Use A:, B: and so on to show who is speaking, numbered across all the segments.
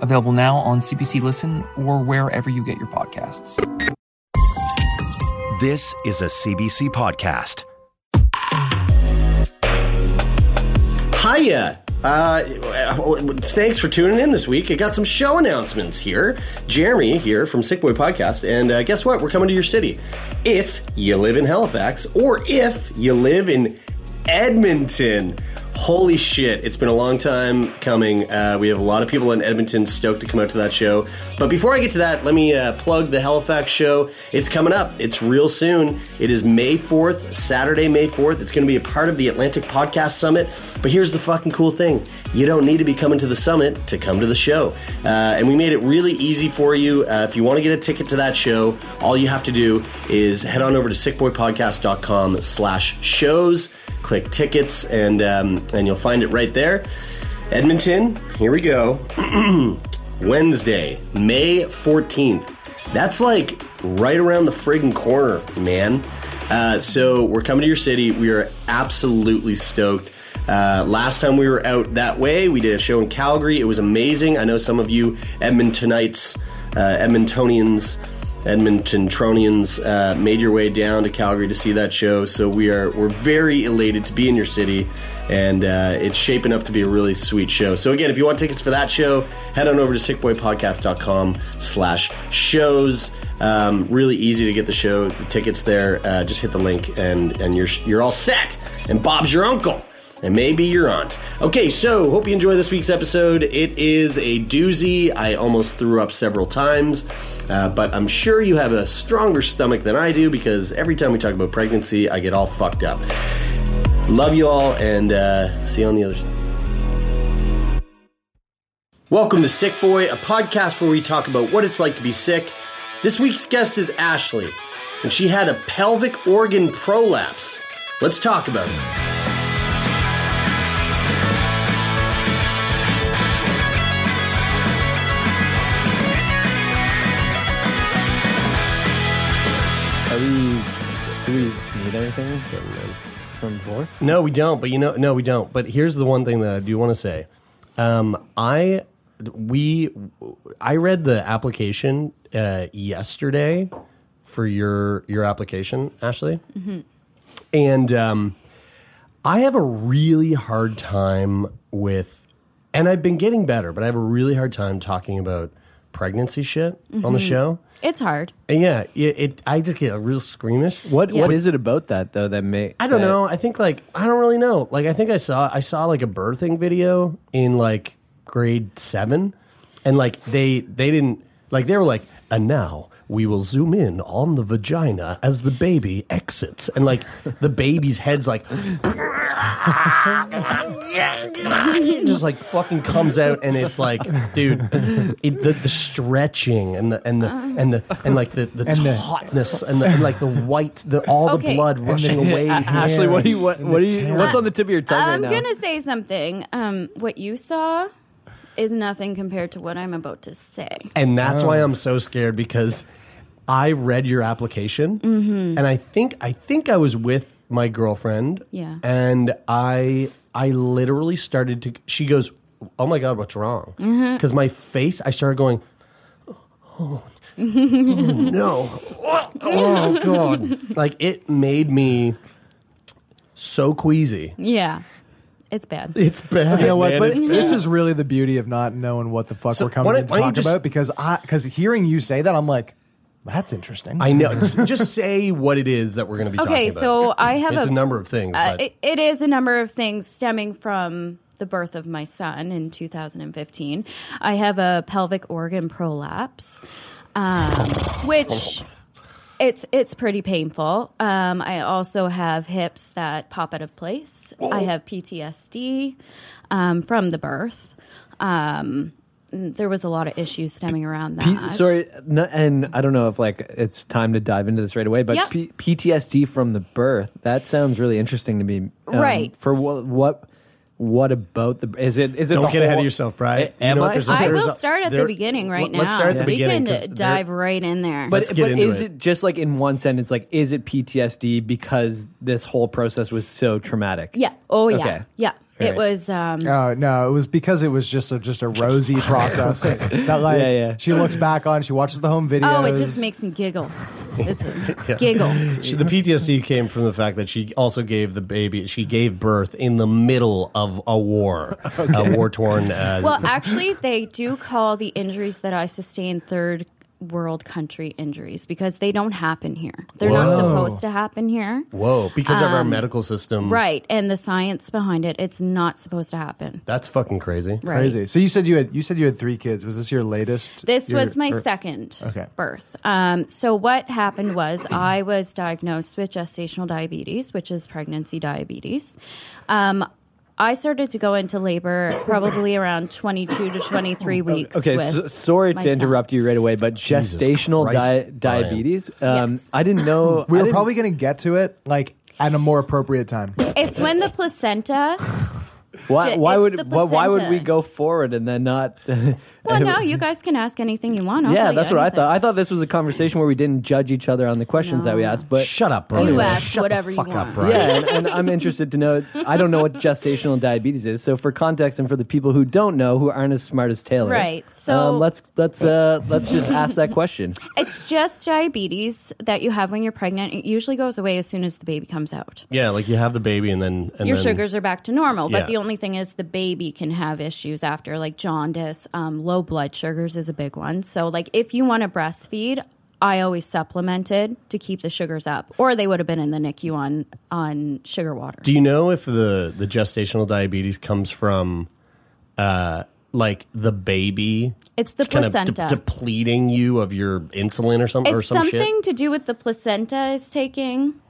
A: available now on CBC Listen or wherever you get your podcasts.
B: This is a CBC podcast.
C: Hiya. Uh, thanks for tuning in this week. I got some show announcements here. Jeremy here from Sick Boy Podcast, and uh, guess what? We're coming to your city. If you live in Halifax, or if you live in Edmonton, holy shit! It's been a long time coming. Uh, we have a lot of people in Edmonton stoked to come out to that show. But before I get to that, let me uh, plug the Halifax show. It's coming up. It's real soon. It is May fourth, Saturday, May fourth. It's going to be a part of the Atlantic Podcast Summit. But here's the fucking cool thing: you don't need to be coming to the summit to come to the show. Uh, and we made it really easy for you. Uh, if you want to get a ticket to that show, all you have to do is head on over to sickboypodcast.com slash shows, click tickets, and um, and you'll find it right there. Edmonton, here we go. Wednesday, May 14th. That's like right around the friggin' corner, man. Uh, so we're coming to your city. We are absolutely stoked. Uh, last time we were out that way, we did a show in Calgary. It was amazing. I know some of you Edmontonites, uh, Edmontonians, Edmontontronians uh, made your way down to Calgary to see that show. So we are we're very elated to be in your city, and uh, it's shaping up to be a really sweet show. So again, if you want tickets for that show, head on over to sickboypodcast.com slash shows. Um, really easy to get the show the tickets there. Uh, just hit the link and and you're you're all set. And Bob's your uncle. And maybe your aunt. Okay, so hope you enjoy this week's episode. It is a doozy. I almost threw up several times, uh, but I'm sure you have a stronger stomach than I do because every time we talk about pregnancy, I get all fucked up. Love you all, and uh, see you on the other side. Welcome to Sick Boy, a podcast where we talk about what it's like to be sick. This week's guest is Ashley, and she had a pelvic organ prolapse. Let's talk about it.
D: Are we, do we need anything from, like, from before?
C: No, we don't. But you know, no, we don't. But here's the one thing that I do want to say. Um, I we I read the application uh, yesterday for your your application, Ashley, and um, I have a really hard time with, and I've been getting better, but I have a really hard time talking about pregnancy shit on the show.
E: It's hard.
C: And yeah, it, it I just get real squeamish.
D: What
E: Yeah.
D: What is it about that though that may
C: I don't
D: that-
C: know. I think like I don't really know. Like I think I saw I saw like a birthing video in like grade seven, and like they they didn't like they were like and now we will zoom in on the vagina as the baby exits, and like the baby's head's like just like fucking comes out, and it's like dude, it, the, the stretching and the and the and the and like the the tautness and, the, and like the white the all the
E: Okay.
C: blood rushing away.
D: A- Ashley, what do you what, what do you what's on the tip of your tongue
E: I'm
D: right now?
E: gonna say something. Um, what you saw is nothing compared to what I'm about to say.
C: And that's why I'm so scared because I read your application and I think I think I was with my girlfriend.
E: Yeah.
C: And I I literally started to she goes, "Oh my god, what's wrong?" Cuz my face I started going, "Oh, oh, no. Oh, oh god." Like it made me so queasy.
E: Yeah, it's bad.
C: It's bad.
F: You know what?
C: man,
F: But
C: it's bad.
F: this is really the beauty of not knowing what the fuck
C: So
F: we're
C: why
F: coming
C: don't-
F: in to
C: why don't you
F: talk
C: just-
F: about because I because hearing you say that I'm like, that's interesting.
C: I know. Just say what it is that we're going to be talking about.
E: Okay, so I have
C: it's a,
E: a-
C: number of things.
E: Uh,
C: but-
E: it, it is a number of things stemming from the birth of my son in 2015. I have a pelvic organ prolapse, um, which it's it's pretty painful. Um, I also have hips that pop out of place. I have PTSD um, from the birth. Um, there was a lot of issues stemming around that.
G: P- sorry, no, and I don't know if like it's time to dive into this right away, but
E: Yeah.
G: P- PTSD from the birth. That sounds really interesting to me.
C: um,
E: Right.
G: For what what what about the is it is it
C: Don't
G: the
C: get ahead of
G: whole-
C: yourself, Bri.
G: A-
C: You
G: Am
C: know what,
G: I?
C: there's a-
E: I
C: there's
E: will
C: a-
E: start at
C: there-
E: the beginning right
C: let's
E: now.
C: start at the
E: we
C: beginning,
E: can
C: 'cause
E: d-
C: there-
E: dive right in there.
C: But- Let's
G: but
C: get into
G: is
C: it.
G: it just like in one sentence like is it PTSD because this whole process was so traumatic?
E: yeah. Oh yeah.
G: Okay.
E: Yeah.
G: All
E: It
G: right.
E: was. Um,
H: Oh no, it was because it was just a just a rosy process. that like
G: Yeah, yeah.
H: she looks back on, she watches the home videos.
E: oh, it just makes me giggle. It's a giggle.
C: She, the PTSD came from the fact that she also gave the baby, she gave birth in the middle of a war, a war torn. Uh,
E: Well, actually, they do call the injuries that I sustained third world country injuries because they don't happen here. They're
C: Whoa.
E: not supposed to happen here.
C: whoa, because of our medical system.
E: um, Right. And the science behind it, it's not supposed to happen.
C: That's fucking crazy.
E: Right.
H: crazy. So you said you had you said you had three kids. Was this your latest?
E: This
H: Your-
E: was my
G: er,
H: or-
E: second
H: Okay.
E: birth. Um, so what happened was I was diagnosed with gestational diabetes, which is pregnancy diabetes. Um, I started to go into labor probably around 22 to 23 weeks.
G: Oh, Okay,
E: with
G: so, sorry
E: my
G: to
E: son.
G: interrupt you right away, but gestational
C: Christ,
G: di-
C: Brian.
G: diabetes. Um,
E: Yes.
G: I didn't know.
H: We
G: I
H: were
G: didn't-
H: probably going to get to it like at a more appropriate time.
E: It's when the placenta
G: Why,
E: Ge-
G: why
E: it's
G: would
E: the
G: why, why would we
E: placenta.
G: go forward and then not?
E: Well, no, you guys can ask anything you want. I'll
G: yeah,
E: tell you
G: that's what I
E: anything.
G: thought. I thought this was a conversation where we didn't judge each other on the questions that we
E: No.
G: asked. But
C: Shut up, Brian.
E: You ask
C: Shut
E: whatever
C: the
E: you
C: fuck up,
E: want.
C: Brian.
G: yeah, and, and I'm interested to know. I don't know what gestational diabetes is. So for context, and for the people who don't know, who aren't as smart as Taylor,
E: Right, so-
G: um, let's let's uh, let's just ask that question.
E: It's just diabetes that you have when you're pregnant. It usually goes away as soon as the baby comes out.
C: Yeah, like you have the baby and then and
E: Your
C: then,
E: sugars are back to normal,
C: Yeah.
E: but the only thing is the baby can have issues after, like jaundice, um, low blood sugars is a big one. So, like, if you want to breastfeed, I always supplemented to keep the sugars up, or they would have been in the NICU on on sugar water.
C: Do you know if the the gestational diabetes comes from, uh, like the baby?
E: It's the
C: kind
E: placenta.
C: of de- depleting you of your insulin or something or
E: it's
C: some
E: something
C: shit.
E: to do with the placenta is taking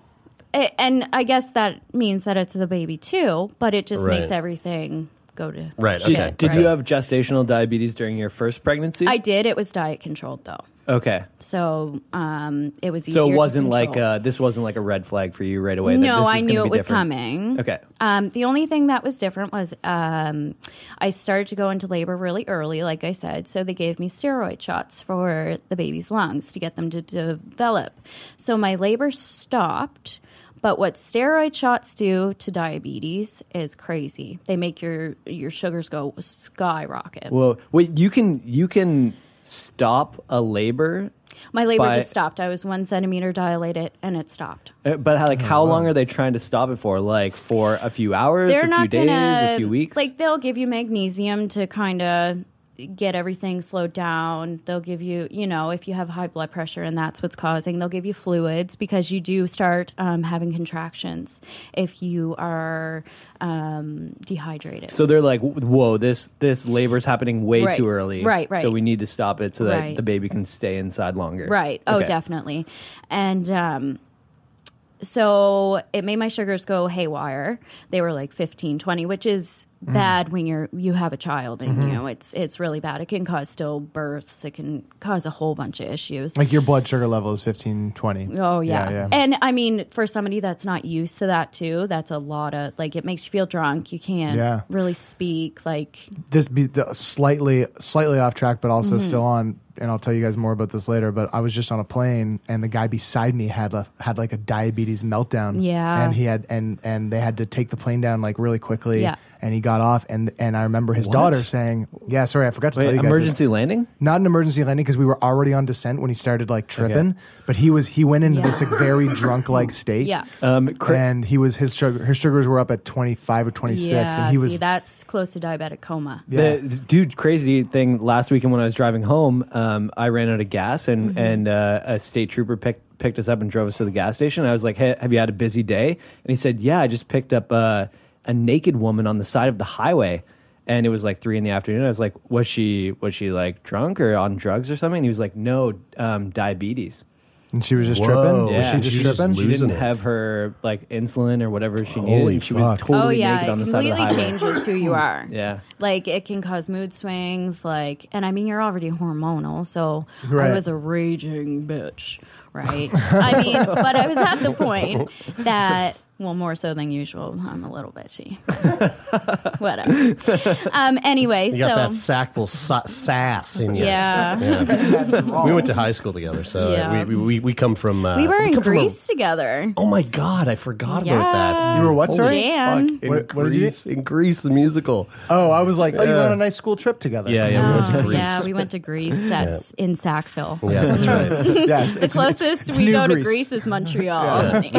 E: A- and i guess that means that it's the baby too but it just
C: Right.
E: makes everything go to
C: Right,
E: shit,
C: okay.
G: Did
E: right?
G: you have gestational diabetes during your first pregnancy?
E: i did it was diet controlled though
G: okay.
E: so um it was
G: So
E: easier
G: it
E: to
G: wasn't like
E: control.
G: uh, this wasn't like a red flag for you right away. that
E: no
G: this is
E: i
G: gonna
E: knew
G: be
E: it was
G: different.
E: coming
G: Okay.
E: Um, the only thing that was different was um, I started to go into labor really early, like I said. So they gave me steroid shots for the baby's lungs to get them to develop. So my labor stopped. But what steroid shots do to diabetes is crazy. They make your your sugars go skyrocket.
G: Well, wait, you can you can stop a labor,
E: My labor
G: by-
E: just stopped. I was one centimeter dilated, and it stopped.
G: uh, but how,
C: Oh,
G: like how long are they trying to stop it for? Like for a few hours,
E: They're
G: a few
E: not
G: days,
E: gonna
G: a few weeks.
E: Like they'll give you magnesium to kind of get everything slowed down. They'll give you, you know, if you have high blood pressure and that's what's causing, they'll give you fluids because you do start um, having contractions if you are um, dehydrated.
G: so they're like, whoa, this this labor's happening way
E: Right.
G: too early.
E: Right,
G: So
E: right.
G: we need to stop it so that
E: Right.
G: the baby can stay inside longer.
E: Right. Oh,
G: Okay.
E: definitely. And um, so it made my sugars go haywire. They were like 15, 20, which is
H: Mm-hmm.
E: bad when you're you have a child and you know it's it's really bad. It can cause stillbirths. It can cause a whole bunch of issues.
H: Like your blood sugar level is 15, 20.
E: Oh yeah.
H: yeah.
E: And I mean, for somebody that's not used to that too, that's a lot of like it makes you feel drunk. You can't
H: Yeah.
E: really speak. Like
H: this be the slightly slightly off track, but also
E: Mm-hmm.
H: still on. And I'll tell you guys more about this later. But I was just on a plane, and the guy beside me had a had like a diabetes meltdown.
E: Yeah.
H: and he had and and they had to take the plane down like really quickly.
E: Yeah.
H: and he got off, and and I remember his
C: What?
H: daughter saying, "Yeah, sorry, I forgot to tell
G: Wait,
H: you guys." this."
G: emergency landing.
H: not an emergency landing because we were already on descent when he started like tripping. But he was he went into
E: Yeah.
H: this like very drunk like state.
E: Yeah.
G: Um, cr-
H: and he was his sugar his sugars were up at twenty five or twenty six,
E: yeah,
H: and he was
E: see, that's close to diabetic coma.
H: Yeah.
G: The, the dude, crazy thing last weekend when I was driving home, um, I ran out of gas and and uh, a state trooper picked picked us up and drove us to the gas station. I was like, "Hey, have you had a busy day?" And he said, "Yeah, I just picked up uh, a naked woman on the side of the highway." And it was like three in the afternoon. I was like, "Was she was she like drunk or on drugs or something?" And he was like, "No, um, diabetes."
H: And she was just
I: Whoa,
H: tripping.
I: yeah.
H: Was she just tripping?
I: She didn't have her like insulin or whatever she needed.
H: Holy
I: and she was
H: fuck.
I: totally
E: oh yeah,
I: naked
E: it
I: on the side of the
E: completely
I: highway.
E: changes who you are.
I: Yeah.
E: Like it can cause mood swings, like and I mean you're already hormonal, so
I: Right.
E: I was a raging bitch, right? I mean, but I was at the point that well, more so than usual, I'm a little bitchy. Whatever. Um anyway,
C: You got that
E: so
C: sackful sa- sass in you.
E: Yeah.
C: Yeah. we went to high school together, so uh,
E: Yeah.
C: we, we, we, we come from. Uh,
E: we were in
C: come from a-
E: Greece together.
C: Oh my God, I forgot about that.
E: You were what, sorry? Jan.
C: Fuck, in
H: What- what did you-
C: Greece, in Greece, the musical.
H: Oh, I was like, oh, you went
C: Yeah.
H: on a nice school trip together.
C: Yeah, yeah, we went to
E: Oh,
C: Greece.
E: yeah, we went to Greece. That's in Sackville.
C: Yeah, that's right.
H: Yes,
E: the closest we
C: new
E: go to
C: Greece.
E: Greece is Montreal.
C: We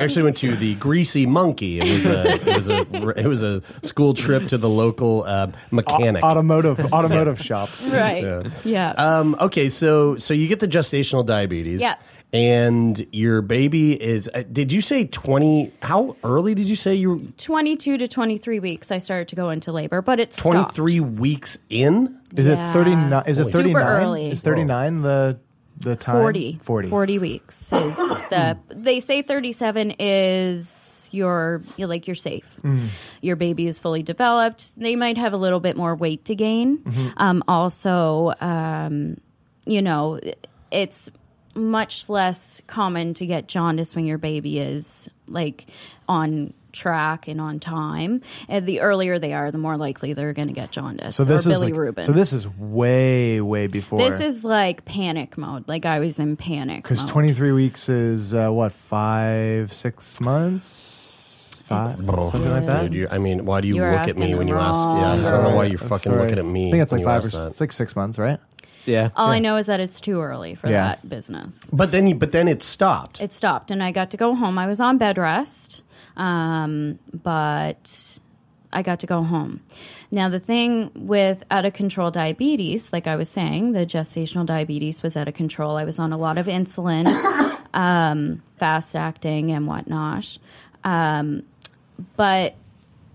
C: actually went to the Greasy Monkey. It was a it was a, it was a school trip to the local uh, mechanic.
H: Automotive automotive shop.
E: Right.
C: Yeah.
E: Yeah.
C: Um, okay, so so you get the gestational diabetes.
E: Yeah.
C: And your baby is. Uh, did you say twenty? How early did you say you were
E: 22 to 23 weeks, I started to go into labor, but it's
C: twenty three weeks in?
H: Is it thirty nine? Is it
E: Super
H: thirty nine?
E: early.
H: Is thirty nine the the time?
E: 40.
H: 40.
E: 40 weeks is the they say 37 is your you're like you're safe.
J: Mm.
E: Your baby is fully developed. They might have a little bit more weight to gain.
H: Mm-hmm.
J: Mhm.
E: Um, also um, you know, it's much less common to get jaundice when your baby is like on track and on time. And the earlier they are, the more likely they're going to get jaundice
H: So this
E: or
H: is
E: Billy
H: like-
E: Rubin.
H: so this is way way before.
E: This is like panic mode. Like I was in panic.
H: because
E: mode.
H: twenty three weeks is uh, what five six months five something like that.
C: Dude, you, I mean, why do you,
E: Oh. You were
C: look at me
E: asking
C: when you
E: the
C: ask?
E: wrong
C: Yeah, I don't know why
H: Sorry.
C: you're
H: I'm
C: fucking
H: sorry.
C: looking at me.
H: I think it's
C: when
H: like
C: you
H: five
C: ask
H: or
C: that.
H: s- six six months, right?
I: Yeah.
E: All I know is that it's too early for
H: Yeah.
E: that business.
C: But then, you, but then it stopped.
E: It stopped, and I got to go home. I was on bed rest, um, but I got to go home. Now the thing with out of control diabetes, like I was saying, the gestational diabetes was out of control. I was on a lot of insulin, um, fast acting, and whatnot. Um, but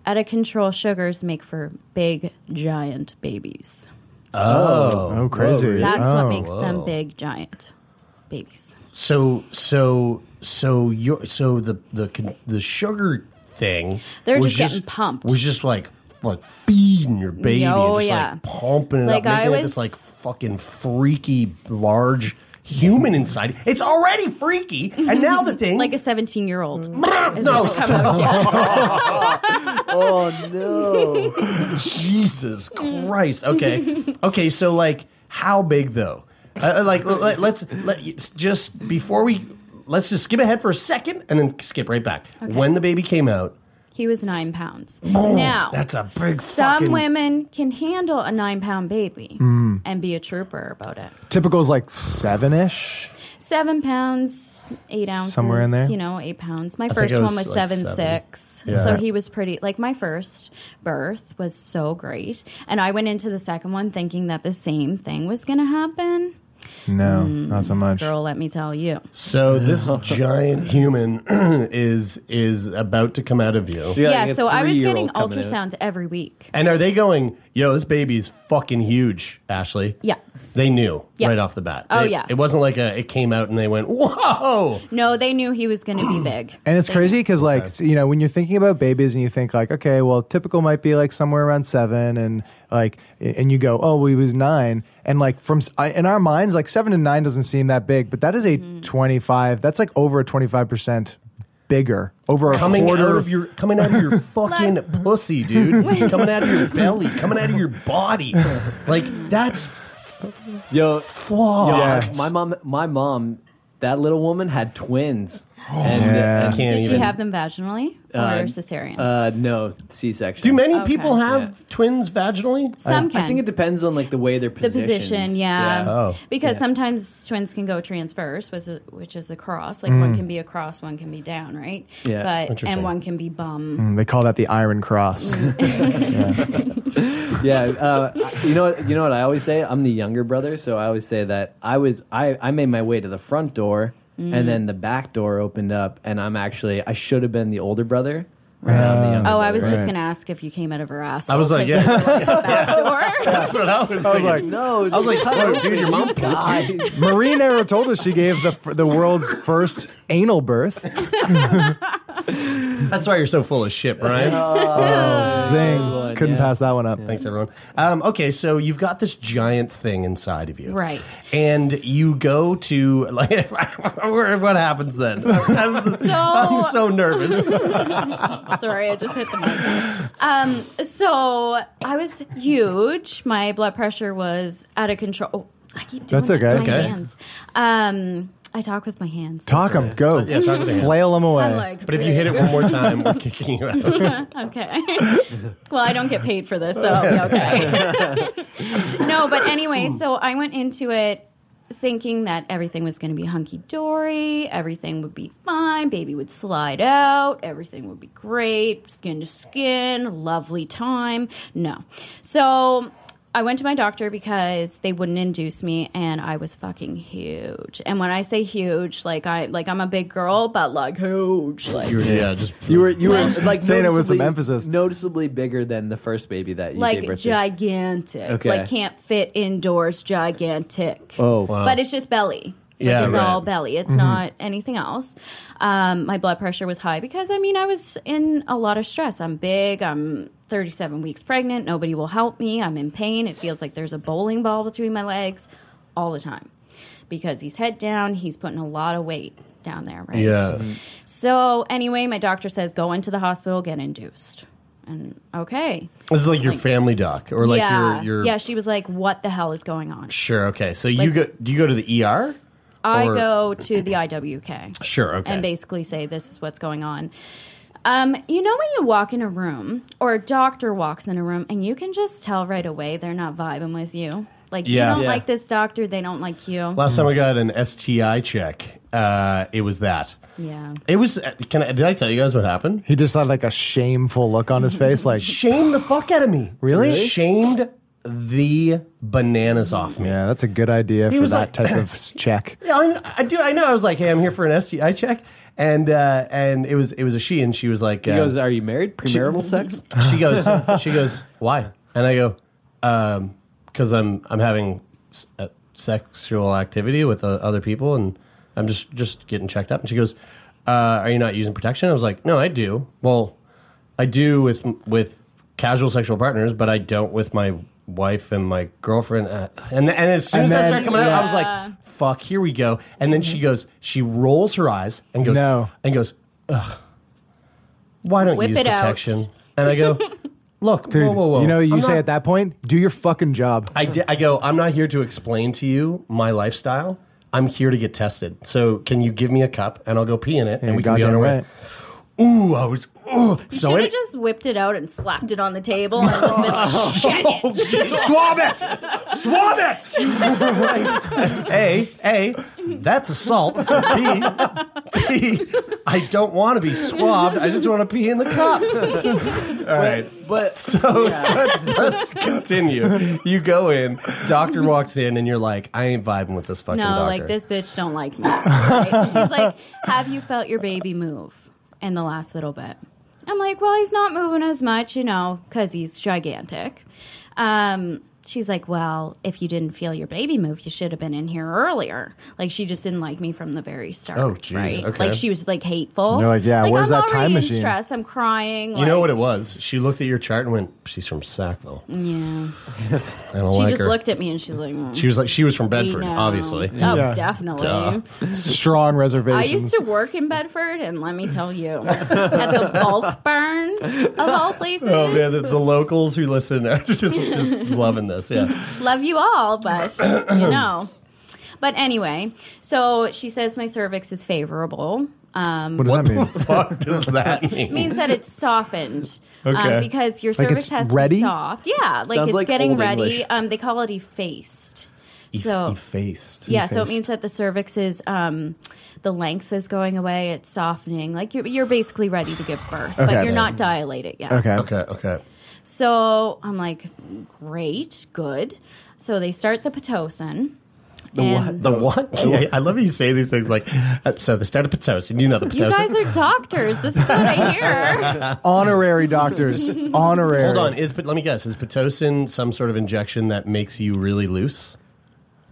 E: out of control sugars make for big, giant babies.
C: Oh,
H: Oh, crazy. Really?
E: That's what
H: Oh.
E: makes
C: Whoa.
E: them big, giant babies.
C: So so so you so the the con- the sugar thing.
E: They were
C: was
E: just getting pumped.
C: Was just like like feeding your baby, and
E: Oh,
C: just
E: yeah.
C: like pumping it
E: Like,
C: up, making
E: I
C: it this like
E: was-
C: fucking freaky large human inside. It's already freaky, and now the thing
E: like a 17 year old.
H: Mm.
C: no, stop. oh no, Jesus Christ. Okay, okay. So like, how big though? Uh, like, let, let's let just before we let's just skip ahead for a second and then skip right back.
E: Okay.
C: When the baby came out,
E: He was nine pounds.
C: boom,
E: now,
C: that's a big
E: some
C: fucking-
E: women can handle a nine pound baby
H: Mm.
E: and be a trooper about it.
H: Typical is like seven ish.
E: Seven pounds, eight ounces,
H: Somewhere in there?
E: You know, eight pounds. My
H: I think
E: first
H: it
E: one
H: was
E: was
H: like
E: seven,
H: seven.
E: six,
H: Yeah.
E: so he was pretty. Like my first birth was so great, and I went into the second one thinking that the same thing was going to happen.
H: No, not so much.
E: Hmm, Girl, let me tell you.
C: So this giant human is is about to come out of you.
E: yeah, so I was getting ultrasounds every week.
C: And are they going, yo, this baby's fucking huge, Ashley?
E: Yeah.
C: They knew
E: Yeah.
C: right off the bat.
E: Oh,
C: They-
E: yeah.
C: It wasn't like a, it came out and they went, whoa.
E: No, they knew he was going to be big.
H: And it's crazy because, like, you know, when you're thinking about babies and you think, like, okay, well, typical might be like somewhere around seven, and like, and you go, oh, well, he was nine, and like from s- I- in our minds, like seven to nine doesn't seem that big, but that is a twenty-five. That's like over twenty-five percent bigger, over a
C: Coming
H: quarter
C: out of your coming out of your fucking pussy, dude. coming out of your belly, coming out of your body. Like that's
I: Yo,
C: fuck.
I: yo, my mom, my mom, that little woman had twins.
C: Oh, Yeah. I
E: Did you have them vaginally or
I: Uh,
E: cesarean?
I: Uh, no, C-section.
C: Do many
E: Okay.
C: people have twins vaginally?
E: Some
I: I,
E: can.
I: I think it depends on like the way they're
E: the
I: positioned.
E: position, yeah.
I: Yeah. Oh.
E: Because
I: Yeah.
E: sometimes twins can go transverse, which is, which is across. Like
H: Mm.
E: one can be across, one can be down, right?
H: Yeah.
E: But
H: Interesting.
E: and one can be bum.
H: Mm, they call that the Iron Cross.
I: yeah, uh, you know, what- you know what I always say. I'm the younger brother, so I always say that I was I, I made my way to the front door,
E: Mm.
I: and then the back door opened up, and I'm actually I should have been the older brother,
G: the
E: Oh,
G: other
E: I was
G: way.
E: just gonna ask if you came out of her ass.
G: I
C: Oh.
G: was like, yeah.
C: That's what I was. thinking.
G: no.
C: I was like, no, dude, your mom pooped you.
H: Marie Nero told us she gave the f- the world's first anal birth.
C: That's why you're so full of shit, Brian.
H: Oh, zing. Couldn't pass that one up.
C: Thanks, everyone. Um, okay, so you've got this giant thing inside of you.
E: Right.
C: And you go to, like, what happens then? I'm,
E: So-
C: I'm so nervous.
E: Sorry, I just hit the mic. Um, so I was huge. My blood pressure was out of control. Oh, I keep doing
H: That's
E: that
H: okay.
E: to my
H: Okay.
E: hands. Um, I talk with my hands.
H: Talk them. Go.
C: Yeah, talk with the hand.
H: Flail them away.
E: I'm like,
C: But if you hit it one more time, we're kicking you out.
E: okay. well, I don't get paid for this, so I'll be okay. no, but anyway, so I went into it thinking that everything was going to be hunky dory, everything would be fine, baby would slide out, everything would be great, skin to skin, lovely time. No. So I went to my doctor because they wouldn't induce me and I was fucking huge. And when I say huge, like I like I'm a big girl, but like huge. Like
C: You're- yeah, just
G: You were you were like
H: Saying it with some
G: noticeably-
H: emphasis.
G: noticeably bigger than the first baby that you gave
E: like
G: birth to.
E: gigantic,
G: Okay.
E: like can't fit indoors, gigantic.
G: Oh. Wow. Mm-hmm.
E: but it's just belly. Like
C: Yeah,
E: it's
C: right.
E: all belly. It's not anything else. Um, my blood pressure was high because I mean I was in a lot of stress. I'm big. I'm 37 weeks pregnant. Nobody will help me. I'm in pain. It feels like there's a bowling ball between my legs all the time because he's head down. He's putting a lot of weight down there, right?
C: Yeah.
E: So anyway, my doctor says go into the hospital, get induced. And okay,
C: This is like your family doc or like
E: yeah.
C: your, your.
E: yeah, she was like, "What the hell is going on?"
C: Sure, okay. So you go, do you go to the ER?
E: I
C: Or-
E: go to the IWK.
C: Sure, okay.
E: And basically say, "This is what's going on." Um, you know when you walk in a room or a doctor walks in a room and you can just tell right away they're not vibing with you. Like
C: Yeah.
E: you don't
C: Yeah.
E: like this doctor, they don't like you.
C: Last time I got an STI check, uh, it was that.
E: yeah.
C: It was. uh, Can I, did I tell you guys what happened?
H: he just had like a shameful look on his face. Like,
C: shamed the fuck out of me.
H: Really?
C: Shamed the bananas off me.
H: yeah, that's a good idea for
C: was
H: that
C: like-
H: type of s- check.
C: Yeah, I, I do. I know. I was like, hey, I'm here for an STI check, and uh, and it was it was a she, and she was like, uh,
G: He goes, "Are you married? Premarital sex?"
C: she goes, she goes, why? And I go, because I'm I'm having s- uh, sexual activity with uh, other people, and I'm just just getting checked up. And she goes, uh, are you not using protection? I was like, no, I do. Well, I do with with casual sexual partners, but I don't with my wife and my girlfriend. Uh, and and as soon
H: And
C: as that
H: then-
C: started coming out, I was
E: Yeah.
C: like, fuck, here we go. And then she goes, she rolls her eyes and goes,
H: No.
C: and goes, ugh. Why don't
E: Whip
C: you use
E: it out.
C: protection? And I go, look,
H: Dude,
C: whoa, whoa, whoa.
H: you know, you
C: I'm
H: say
C: not-
H: at that point, do your fucking job.
C: I, di- I go, I'm not here to explain to you my lifestyle. I'm here to get tested. So can you give me a cup and I'll go pee in it and
H: You're
C: we can be on
H: goddamn
C: our way. Ooh, I was,
E: You
C: ooh. So
E: should
C: it,
E: have just whipped it out and slapped it on the table and just been like, "Shit it."
C: swab it, swab it. Jesus a, a, that's assault. B, B, I don't want to be swabbed. I just want to pee in the cup. All right.
G: But
C: So let's, let's continue. You go in, doctor walks in, and you're like, I ain't vibing with this fucking
E: No,
C: doctor.
E: like this bitch don't like me. Right? She's like, "Have you felt your baby move in the last little bit?" I'm like, "Well, he's not moving as much, you know, because he's gigantic." Um, she's like, "Well, if you didn't feel your baby move, you should have been in here earlier." Like she just didn't like me from the very start.
C: Oh, jeez,
E: right?
C: okay.
E: Like she was like hateful.
H: You're like, "Yeah, where's
E: I'm
H: that time
E: already in
H: machine?"
E: Stress. I'm crying.
C: You know what it was? She looked at your chart and went, "She's from Sackville." I
E: Yeah.
C: don't
E: She
C: like
E: just
C: her."
E: looked at me and she's like, mm,
C: She was like, she was from
E: we
C: Bedford,
E: know."
C: obviously.
E: Oh,
H: Yeah.
E: definitely.
C: Duh.
H: Strong
E: I
H: reservations.
E: used to work in Bedford, and let me tell you, at the bulk barn of all places.
C: Oh man, the, the locals who listen are just, just loving this. Yeah,
E: Love you all, but you know. But anyway, so she says my cervix is favorable. Um,
H: what does that mean?
C: fuck does that mean?
E: means that it's softened
C: Okay.
E: um, because your
H: Like
E: cervix
H: it's
E: has to
H: ready?
E: be soft. Yeah, like
G: Sounds
E: it's
G: like
E: getting
G: Old
E: ready.
G: English.
E: Um, they call it effaced. So
C: effaced.
E: Yeah, so it means that the cervix is um, the length is going away. It's softening. Like you're, you're basically ready to give birth,
H: Okay.
E: but you're not dilated yet.
H: Okay.
C: Okay, okay.
E: So I'm like, great, good. So they start the pitocin.
C: The
E: And-
C: what? The what? Yeah, I love how you say these things like, uh, so the state of Pitocin, you know the
E: You
C: Pitocin.
E: guys are doctors. This is what I hear.
H: Honorary doctors. Honorary.
C: Hold on. Is let me guess. Is pitocin some sort of injection that makes you really loose?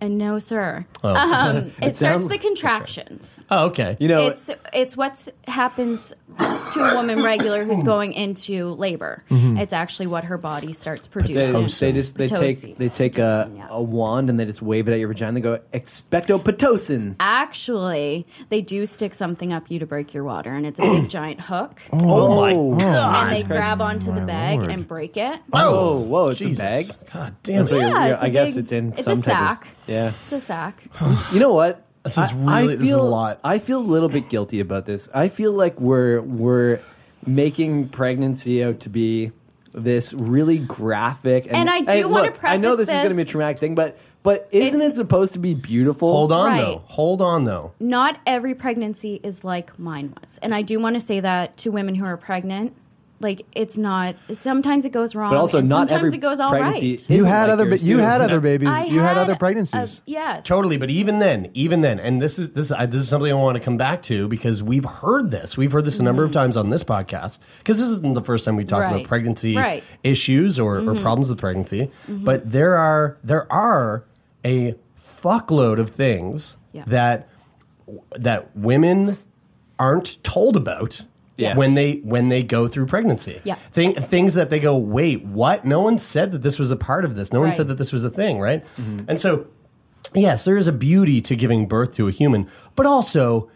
E: And no, sir.
C: Oh.
E: Um, it,
C: It
E: starts
C: sound-
E: the contractions.
C: Oh, okay. You
E: it's it's what happens to a woman regular who's going into labor.
G: Mhm.
E: It's actually what her body starts
G: They,
E: producing.
G: they just they
E: Pitocin.
G: take they take a, a wand and they just wave it at your vagina. They go expecto pitocin.
E: Actually, they do stick something up you to break your water, and it's a big giant hook.
G: Oh, my Oh. God.
E: And they
G: Christ.
E: grab onto the
G: My
E: bag
G: Lord.
E: and break it.
G: Oh, whoa, it's a bag.
C: God
E: damn it. Yeah, it's
G: I
E: a
G: guess
E: big-
G: it's in
E: it's a
G: some type of-
E: sack.
G: yeah.
E: It's a sack.
G: You know what?
C: This
G: is
C: really-
G: I feel,
C: this is a lot.
G: I feel a little bit guilty about this. I feel like we're we're making pregnancy out to be this really graphic.
E: And I do
G: hey,
E: wanna
G: look, I know
E: preface
G: this, is going to be a
E: this-
G: traumatic thing, but but isn't it supposed to be beautiful?
C: Hold on
E: Right.
C: though. Hold on though.
E: Not every pregnancy is like mine was, and I do want to say that to women who are pregnant. Like it's not. Sometimes it goes wrong,
G: But also
E: and
G: not
E: sometimes
G: every
E: it goes all
G: pregnancy
E: right.
H: You had other ba- you had other
C: No.
H: babies.
E: I
H: you had,
E: had
H: other
E: a-
H: pregnancies.
E: Yes.
C: Totally, but even then, even then, and this is this I, this is something I want to come back to because we've heard this, we've heard this a number of times on this podcast because this isn't the first time we talked
K: Mm-hmm. Right.
C: about pregnancy
K: Right.
C: issues or, or
K: Mhm.
C: problems with pregnancy.
K: Mhm.
C: But there are there are a fuckload of things
K: Yeah.
C: that that women aren't told about
K: Yeah.
C: when they when they go through pregnancy.
K: Yeah.
C: Thing, things that they go, wait, what? No one said that this was a part of this. No one
K: Right.
C: said that this was a thing, right? And so, yes, there is a beauty to giving birth to a human, but also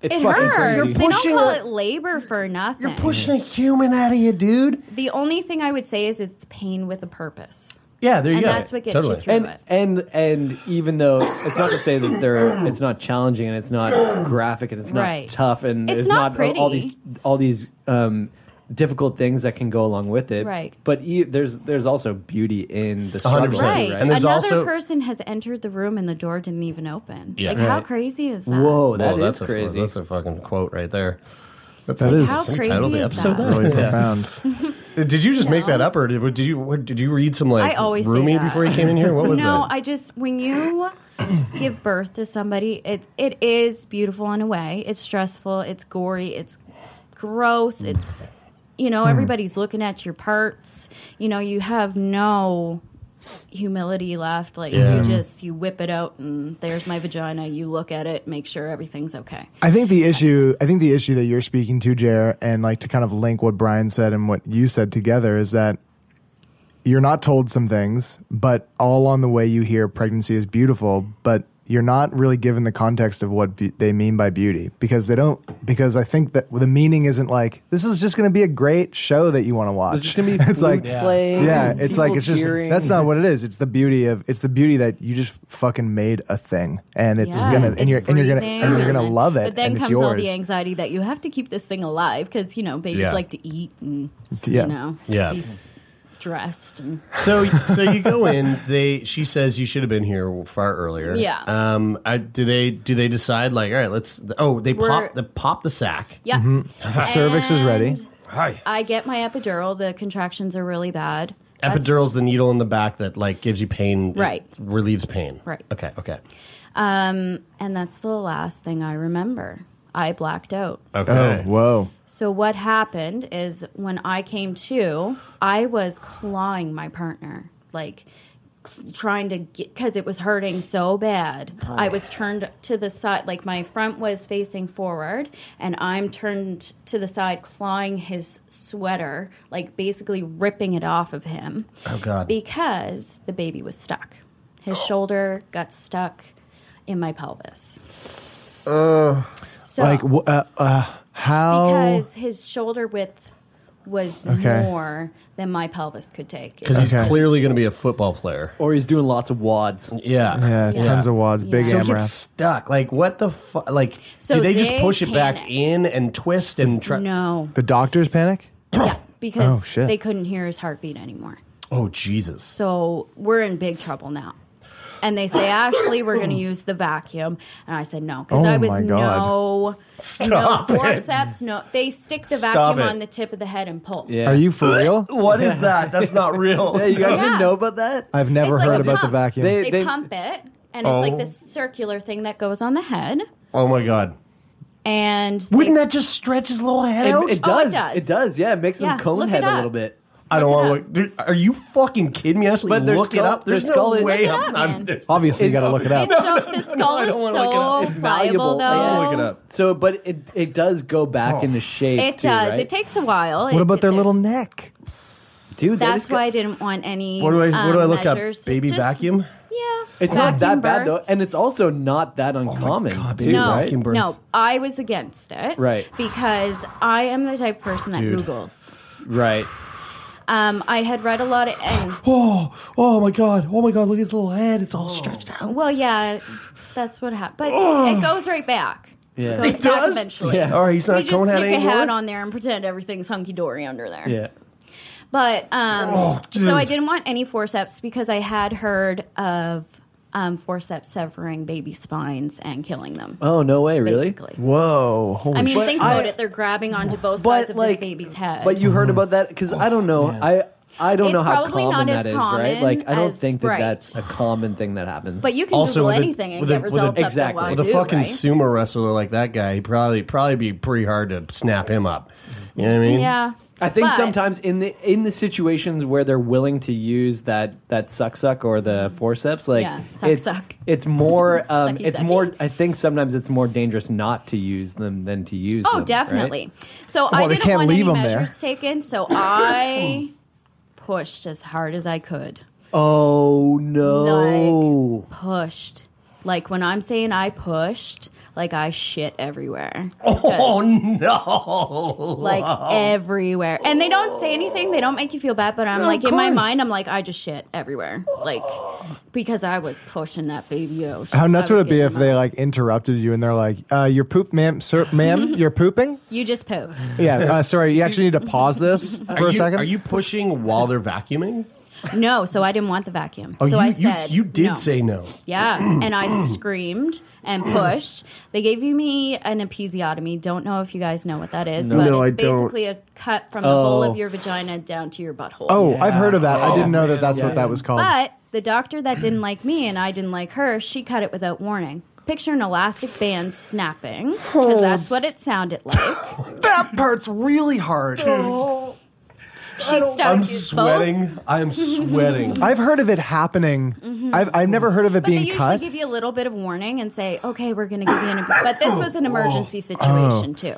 E: it hurts.
C: You're
E: They don't
C: pushing
E: call
C: a-
E: it labor for nothing. You're
C: pushing a human out of you, dude.
E: The only thing I would say is it's pain with a purpose.
C: Yeah, there you
E: and
C: go.
E: that's what gets you through
G: and,
E: it.
G: And and even though it's not to say that they're it's not challenging and it's not graphic and it's not
E: Right.
G: tough and
E: It's
G: it's,
E: not
G: not, all
E: pretty.
G: these all these um, difficult things that can go along with it.
E: Right.
G: But e- there's there's also beauty in the struggle,
C: 100%.
G: too, right?
E: Right. Another person has entered the room and the door didn't even open.
C: Yeah.
E: Like, how
C: Right.
E: crazy is that?
G: Whoa, that is
C: that's
G: crazy.
C: A, that's a fucking quote right there. That's
H: That
C: the-
H: is-
C: that's the
H: How
C: title of the
H: crazy is
C: episode.
H: that? Really
C: profound. Uh, Did you just make that up, or did, did you what- did you read some like
E: I always say
C: roomy
E: that.
C: before you came in here? What was
E: no,
C: that?
E: I just when you give birth to somebody, it it is beautiful in a way. It's stressful. It's gory. It's gross. It's you know
L: Mm.
E: everybody's looking at your parts. You know you have no humility left. Like
H: Yeah.
E: you just you whip it out and there's my vagina. You look at it, make sure everything's okay.
H: I think the issue I think the issue that you're speaking to, Jer, and like to kind of link what Brian said and what you said together is that you're not told some things, but all along the way you hear pregnancy is beautiful, but you're not really given the context of what be- they mean by beauty because they don't because I think that the meaning isn't like this is just going to be a great show that you want to watch.
G: There's just gonna be
H: it's like
G: flutes playing
H: yeah,
G: and
H: it's like
G: people
H: it's just
G: cheering.
H: that's not what it is. It's the beauty of it's the beauty that you just fucking made a thing and it's gonna and you're and you're gonna and you're gonna love it
E: But then
H: and
E: comes
H: it's yours.
E: all the anxiety that you have to keep this thing alive because you know babies
H: Yeah.
E: like to eat and
H: Yeah.
E: you know
C: Yeah.
E: be dressed and
C: So so you go in. They she says you should have been here far earlier.
E: Yeah.
C: Um. I, do they do they decide like all right? Let's. Oh, they
E: We're-
C: pop the pop the sack.
E: Yeah. Mhm.
H: Mm-hmm. The cervix is ready.
C: Hi.
E: I get my epidural. The contractions are really bad. That's-
C: Epidural's the needle in the back that like gives you pain. it
E: Right.
C: relieves pain.
E: Right.
C: Okay. Okay.
E: Um, and that's the last thing I remember. I blacked out.
C: Okay.
H: Oh, whoa.
E: So what happened is when I came to, I was clawing my partner, like trying to get because it was hurting so bad. I was
C: Oh.
E: turned to the side, like my front was facing forward, and I'm turned to the side, clawing his sweater, like basically ripping it off of him
C: Oh God. Oh.
E: because the baby was stuck. His shoulder got stuck in my pelvis.
H: Uh,
E: So-
H: like wh- uh, uh, how?
E: because his shoulder width was
H: Okay.
E: more than my pelvis could take.
C: Because he's
H: Okay.
C: clearly going to be a football player,
G: or he's doing lots of wads.
C: Yeah,
H: Yeah, Yeah. tons of wads, big
C: So it
H: AMRAP.
C: gets stuck. Like what the fu- Like
E: So
C: do they, just
E: they
C: push it back
E: panic.
C: in and twist and try?
E: No,
H: The doctors panic.
E: because
H: Oh, shit.
E: they couldn't hear his heartbeat anymore.
C: Oh Jesus!
E: So we're in big trouble now. And they say, Ashley, we're going to use the vacuum. And I said, no, because
H: Oh
E: I was
H: my
E: no,
H: God.
E: no
H: Stop it.
E: forceps. No, they stick the
H: Stop
E: vacuum
H: it.
E: on the tip of the head and pull.
H: Are you for real?
C: What is that? That's not real.
G: yeah, you guys
E: Yeah.
G: didn't know about that.
H: I've never
E: It's like
H: heard
E: a
H: about the
E: pump.
H: vacuum.
E: They, pump it and it's like
C: Oh.
E: this circular thing that goes on the head.
C: Oh my god.
E: And
C: Wouldn't that just stretch his little head
E: It-
C: out?
E: it Oh, it does. does. It does,
G: yeah. It makes
E: him Yeah, cone look it head a up. little bit.
C: I don't want to look. Dude, are you fucking kidding me, Ashley?
G: But their
C: look it
G: skull-
C: up. There's
G: their skull
C: no
G: is-
C: way.
G: Look it
C: I'm,
E: up,
C: I'm
E: man.
C: just,
H: Obviously, you got to look it up.
E: It's so, the skull
C: I
E: is
C: don't wanna look it
E: so
C: up.
G: It's
E: pliable,
G: malleable.
E: though.
G: I
C: wanna look it up. Oh.
G: So, but it it does go back in the shape.
E: It
G: too,
E: does.
G: right?
E: It takes a while.
H: What
E: It-
H: about their little neck?
G: Dude, they
E: That's
G: just got-
E: why I didn't want any.
G: What do I- what do I
E: um,
G: look up?
E: measures.
G: Baby
E: Just-
G: vacuum?
E: Yeah,
G: It's not
E: vacuum
G: that bad
E: birth.
G: though, and it's also not that
C: Oh
G: uncommon. too,
E: no,
G: right?
E: no, I was against it.
G: Right.
E: Because I am the type of person that
G: Dude.
E: Googles.
G: right.
E: Um, I had read a lot of. And,
C: oh, oh my god. Oh my god. Look at his little head. It's all stretched out.
E: well, yeah, that's what happened. But
C: Ugh.
E: it goes right back.
C: Yeah.
E: It goes
C: It
E: back
C: does?
E: eventually.
C: Yeah. All right, he's not
E: you
C: cone
E: just
C: head
E: stick a
C: anymore?
E: hat on there and pretend everything's hunky dory under there.
G: Yeah.
E: But um,
G: Oh,
E: so I
G: dude.
E: didn't want any forceps because I had heard of um, forceps severing baby spines and killing them.
G: Oh no way! Really?
E: Basically.
H: Whoa! Holy
E: I mean,
G: shit.
E: think about it. They're grabbing onto both
G: But,
E: sides of
G: like,
E: this baby's head.
G: But you heard about that because I don't know. I I don't
E: It's
G: know how
E: probably not
G: common
E: as
G: that is,
E: common
G: right? Like I don't
E: as-
G: think that
E: right.
G: that's a common thing that happens.
E: But you can Also Google with a- anything and with a- get with a- results up the
G: exactly.
E: wazoo.
C: With a fucking
E: right?
C: sumo wrestler like that guy, he probably probably be pretty hard to snap him up. You know what I mean?
E: yeah.
G: I think
E: But-
G: sometimes in the in the situations where they're willing to use that that suck suck or the forceps, like
E: Mm-hmm. Yeah, suck
G: it's
E: suck.
G: it's more um,
E: Sucky
G: it's
E: sucky.
G: more. I think sometimes it's more dangerous not to use them than to use.
E: Oh,
G: them, right?
E: definitely. So I
G: Well, they
E: didn't
G: can't
E: want
G: leave
E: any
G: 'em there.
E: measures taken. So I pushed as hard as I could.
G: Oh
C: Oh.
G: no!
E: Pushed. Like when I'm saying I pushed, like I shit everywhere.
C: Oh
E: 'Cause-
C: no!
E: like everywhere. And they don't say anything. They don't make you feel bad. But I'm
C: No,
E: like
C: of
E: in my
C: course.
E: mind, I'm like I just shit everywhere, like because I was pushing that baby out.
H: How nuts
E: I was
H: would it be
E: getting
H: if they like interrupted you and they're like, uh, "Your poop, ma'am, sir, ma'am, you're pooping."
E: You just pooped.
H: Yeah, uh, sorry. You actually need to pause this for
C: Are
H: a
C: you-
H: second.
C: Are you pushing while they're vacuuming?
E: No, so I didn't want the vacuum.
C: Oh,
E: so
C: you,
E: I
C: you-
E: said
C: you, did
E: no.
C: say no.
E: Yeah, and I screamed and pushed. They gave me an episiotomy. Don't know if you guys know what that is,
H: No.
E: but
H: No,
E: it's
H: I don't.
E: basically a cut from the hole
H: Oh.
E: of your vagina down to your butthole.
H: Oh, I've heard of that. I didn't know that. That's what
E: yes.
H: that was called.
E: But the doctor that didn't like me and I didn't like her, she cut it without warning. Picture an elastic band snapping because that's what it sounded like.
H: that part's really hard.
E: She started
C: I'm
E: both-
C: sweating. I am sweating.
H: I've heard of it happening.
E: Mhm.
H: I've I've never heard of it
E: But they
H: being
E: usually
H: cut.
E: give you a little bit of warning and say, "Okay, we're going to give you an." But this was
H: Oh.
E: an emergency situation too.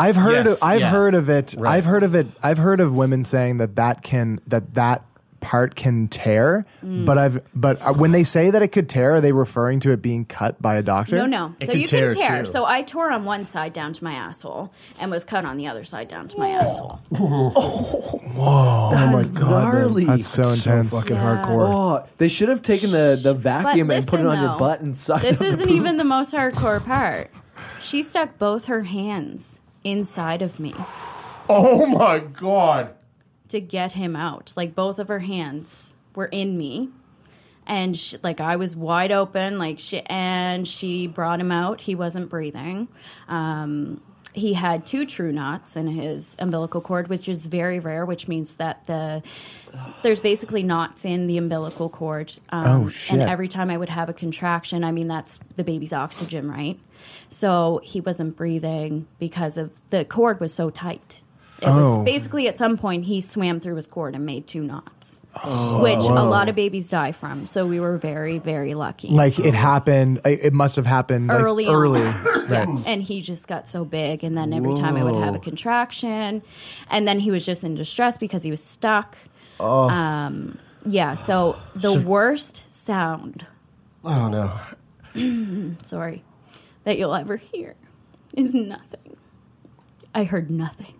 H: I've heard
E: Yes,
H: of, I've
E: yeah.
H: heard of it. I've heard of it. I've heard of women saying that that can that that part can tear.
E: Mm.
H: But I've but uh, when they say that it could tear, are they referring to it being cut by a doctor?
E: No, Oh, no. so you can tear. So I tore on one side down to my asshole and was cut on the other side down to my asshole.
H: Whoa!
G: oh my god! Gnarly.
H: That's so That's so intense.
G: fucking
E: Yeah. hardcore.
G: Oh, they should have taken the the vacuum and put it
E: listen,
G: on your
E: though,
G: butt and sucked.
E: This
G: out your
E: isn't
G: poop.
E: even the most hardcore part. She stuck both her hands inside of me
C: Oh my god!
E: to get him out. Like both of her hands were in me. And she, like I was wide open, like she and she brought him out. He wasn't breathing. Um, he had two true knots in his umbilical cord, which is very rare, which means that the there's basically knots in the umbilical cord. um,
L: Oh, shit.
E: And every time I would have a contraction, I mean that's the baby's oxygen, right? So he wasn't breathing because of the cord was so tight. It
L: Oh.
E: was basically at some point he swam through his cord and made two knots,
H: Oh.
E: which a
H: Whoa.
E: lot of babies die from. So we were very, very lucky.
H: Like it happened. It, it must have happened like,
E: Early on.
H: Early.
E: Yeah,
H: Right.
E: and he just got so big, and then every time I would have
H: Whoa.
E: a contraction, and then he was just in distress because he was stuck.
C: Oh.
E: Um, yeah, so the
C: So-
E: worst sound,
C: Oh no.
E: sorry, that you'll ever hear is nothing. I heard nothing.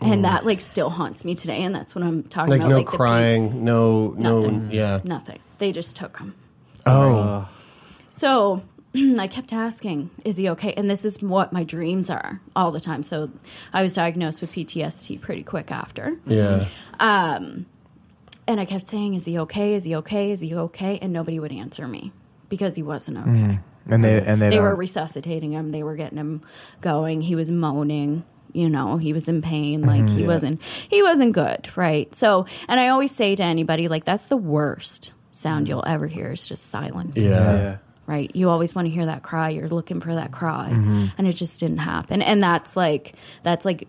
E: And that like still haunts me today, and that's what I'm talking
C: Like
E: about.
C: no
E: like the
C: crying, no, no,
E: Nothing.
C: yeah.
E: Nothing. They just took him.
C: Oh.
E: So I kept asking, is he okay? And this is what my dreams are all the time. So I was diagnosed with PTSD pretty quick after.
C: Yeah.
E: Um, and I kept saying, is he okay? Is he okay? Is he okay? And nobody would answer me because he wasn't okay.
H: Mhm. And they and they,
E: They
H: don't-
E: were resuscitating him. They were getting him going. He was moaning. You know, he was in pain. Like
L: Mhm.
E: he
L: Yeah.
E: wasn't. He wasn't good, right? So, and I always say to anybody, like that's the worst sound you'll ever hear is just silence.
C: Yeah.
E: right? You always want to hear that cry. You're looking for that cry,
L: Mhm.
E: and it just didn't happen. And that's like that's like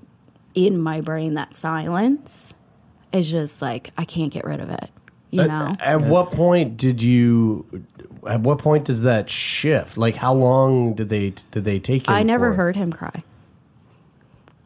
E: in my brain. That silence is just like I can't get rid of it. You
C: At-
E: know?
C: At, what point did you? At what point does that shift? Like, how long did they did they take? Him
E: I never
C: for?
E: heard him cry.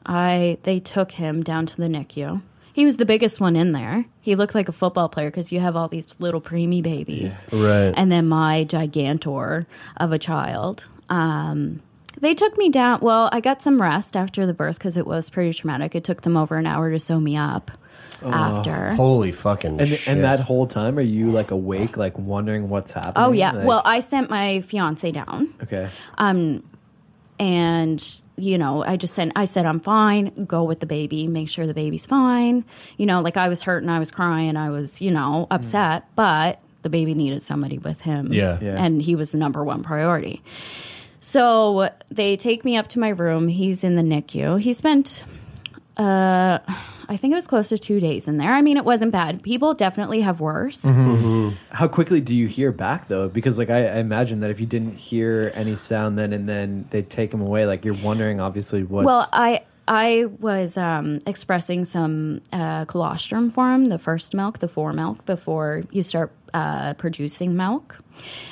E: I they took him down to the NICU. He was the biggest one in there. He looked like a football player because you have all these little preemie babies,
M: Right.
E: And then my gigantor of a child. Um, they took me down. Well, I got some rest after the birth because it was pretty traumatic. It took them over an hour to sew me up after.
C: fucking
G: and,
E: shit.
G: And that whole time, are you like awake, like wondering what's happening?
E: Oh yeah.
G: Like-
E: well, I sent my fiance down.
G: okay.
E: Um, and you know, I just said, I said, I'm fine. Go with the baby. Make sure the baby's fine. You know, like I was hurting, I was crying, I was, you know, upset, but the baby needed somebody with him.
M: Yeah. Yeah.
E: and he was the number one priority. So they take me up to my room. He's in the NICU. He spent, uh, I think it was close to two days in there. I mean, it wasn't bad. People definitely have worse.
G: How quickly do you hear back though? Because like I, I imagine that if you didn't hear any sound then and then they take him away, like you're wondering obviously what's
E: Well, I I was um, expressing some uh, colostrum form, the first milk, the four milk, before you start uh, producing milk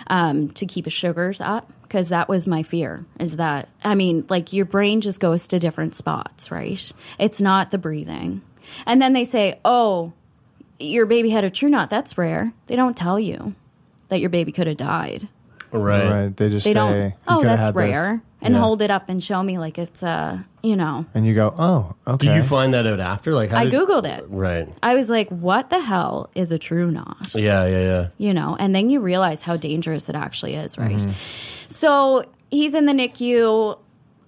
E: um, to keep the sugars up. Because that was my fear is that, I mean, like your brain just goes to different spots, right? It's not the breathing. And then they say, oh, your baby had a true knot. That's rare. They don't tell you that your baby could have died
H: Right. Right. They just
E: they
H: say,
E: don't.
H: "You
E: Oh,
H: coulda
E: that's
H: had this."
E: rare, and
H: Yeah.
E: hold it up and show me like it's uh, you know.
H: And you go, oh, okay.
C: Did you find that out after? Like, how
E: I
C: did-
E: googled it.
C: Right.
E: I was like, what the hell is a true knot?
C: Yeah. Yeah. Yeah.
E: You know, and then you realize how dangerous it actually is, right?
G: Mm-hmm.
E: So he's in the NICU.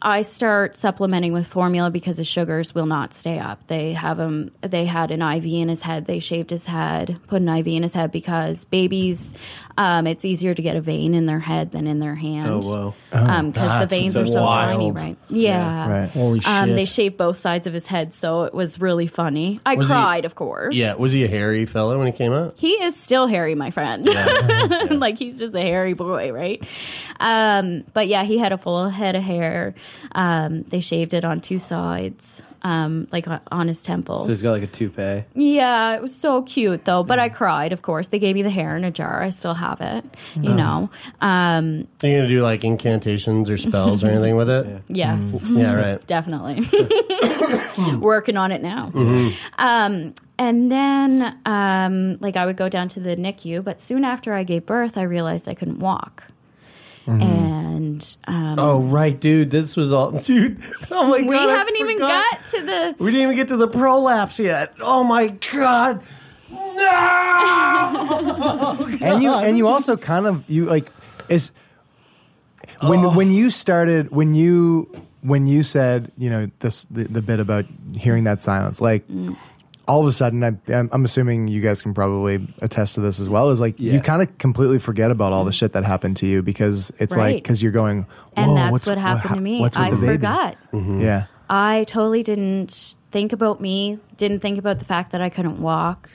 E: I start supplementing with formula because his sugars will not stay up. They have him. They had an IV in his head. They shaved his head, put an IV in his head because babies, um, it's easier to get a vein in their head than in their hand.
G: Oh, wow.
E: Because the
G: Oh, that's
E: veins are so tiny,
G: wild.
E: right? Yeah.
C: Right. Holy
E: Um,
C: shit.
E: they shaved both sides of his head, so it was really funny. I
C: Was he-
E: cried, of course.
C: Yeah. Was he a hairy fella when he came out?
E: He is still hairy, my friend. like he's just a hairy boy, right? Um, but yeah, he had a full head of hair. Um, they shaved it on two sides, um, like on- on his
G: so
E: temples.
G: he's got like a toupee.
E: yeah, it was so cute though. But I cried, of course. They gave me the hair in a jar. I still have it, you
C: Oh.
E: know. Um,
C: Are you gonna do like incantations or spells or anything with it?
E: yes.
C: Yeah. Right.
E: Mm-hmm. Definitely. Working on it now.
C: Mhm.
E: Um, and then, um, like, I would go down to the NICU, but soon after I gave birth, I realized I couldn't walk.
H: Mm-hmm.
E: And um,
C: oh right, dude. This was all, dude. Oh my
E: we
C: God, I
E: haven't even
C: forgot.
E: got to the.
C: We didn't even get to the prolapse yet. Oh my god. No!
H: and you and you also kind of you like is when when you started when you when you said you know this the, the bit about hearing that silence like all of a sudden I, I'm, I'm assuming you guys can probably attest to this as well is like you kind of completely forget about all the shit that happened to you because it's like
E: Right.
H: because you're going
E: And
H: "Whoa,
E: that's
H: what's-
E: what happened
H: ha-
E: to me.
H: what's with
E: I
H: the baby?"
E: forgot.
H: yeah
E: I totally didn't think about me, didn't think about the fact that I couldn't walk.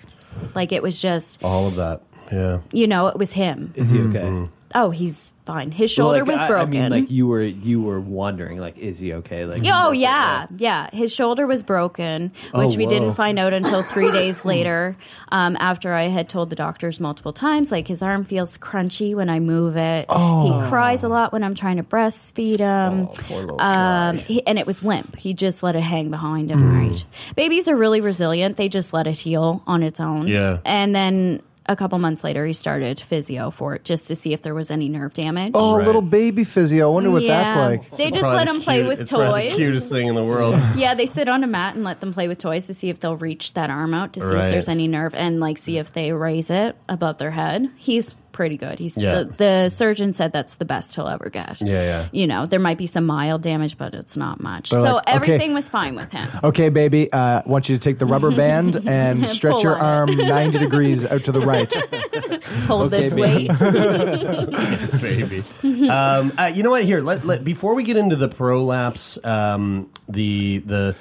E: Like, it was just,
H: Oh.
C: All of that. Yeah.
E: you know, it was him.
G: Is he
H: Mm-hmm.
G: okay?
E: Oh, he's fine. His shoulder
G: Well, like,
E: was
G: I-
E: broken.
G: I mean, like you were you were wondering, like, is he okay? Like
E: Yeah, oh yeah, yeah. His shoulder was broken,
G: Oh,
E: which we didn't
G: whoa.
E: find out until three days later. Um, after I had told the doctors multiple times, like his arm feels crunchy when I move it.
M: Oh.
E: He cries a lot when I'm trying to breastfeed him. um, he, and it was limp. He just let it hang behind him.
M: Mm.
E: Right. Babies are really resilient. They just let it heal on its own.
M: Yeah.
E: And then a couple months later, he started physio for it just to see if there was any nerve damage.
H: oh little baby physio I wonder what that's
E: Yeah.
H: like
E: They just let him play with
C: it's probably
E: toys.
C: The cutest thing in the world.
E: yeah, they sit on a mat and let them play with toys to see if they'll reach that arm out to see
C: Right.
E: if there's any nerve and like see if they raise it above their head. He's pretty good. He's
C: Yeah.
E: the, the surgeon said that's the best he'll ever get.
H: Yeah, yeah.
E: You know, there might be some mild damage, but it's not much.
H: They're
E: so
H: like, okay.
E: everything was fine with him.
H: Okay, baby, uh, I want you to take the rubber band and stretch
E: Pull
H: your
E: on
H: arm 90 degrees out to the right.
E: Hold
H: Okay,
E: this
H: baby.
E: weight.
C: baby. Um, uh, you know what? Here, let, let before we get into the prolapse, um, the the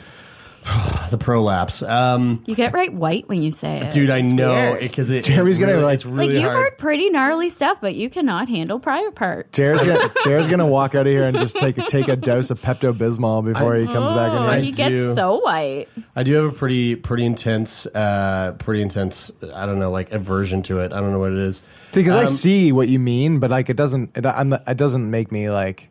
C: the prolapse. Um,
E: You get right white when you say it.
C: dude, I
E: It's
C: know
E: weird.
C: because it,
H: Jeremy's
C: it
H: gonna,
C: really,
H: like-
C: it's really
E: like you've
C: hard.
E: heard pretty gnarly stuff, but you cannot handle private parts.
H: Jared's gonna, Jared's gonna walk out of here and just take take a dose of Pepto Bismol before he comes back in
E: Oh,
H: here.
E: he gets
C: do.
E: so white.
C: I do have a pretty pretty intense uh pretty intense I don't know like aversion to it. I don't know what it is.
H: Because I
C: Um,
H: see what you mean, but like it doesn't. It, I'm, it doesn't make me like.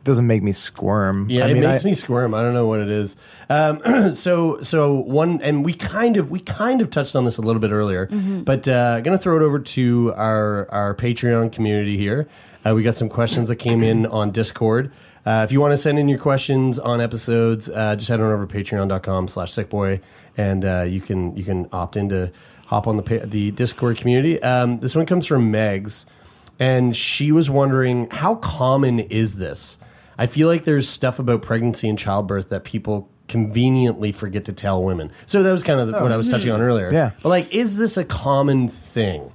H: It doesn't make me squirm.
C: Yeah,
H: Mm-hmm. I
C: it
H: mean,
C: makes
H: I-
C: me squirm. I don't know what it is. Um, so so one and we kind of we kind of touched on this a little bit earlier,
L: Mhm.
C: but uh, gonna throw it over to our our Patreon community here. Uh, we got some questions that came in on Discord. Uh, if you want to send in your questions on episodes, uh, just head on over to patreon.com slash sickboy and uh, you can you can opt in to hop on the pa- the Discord community. Um, this one comes from Megs and she was wondering how common is this? I feel like there's stuff about pregnancy and childbirth that people conveniently forget to tell women. So that was kind of the-
E: Oh.
C: what I was touching on
E: Hmm.
C: earlier.
E: Yeah.
C: But like, is this a common thing?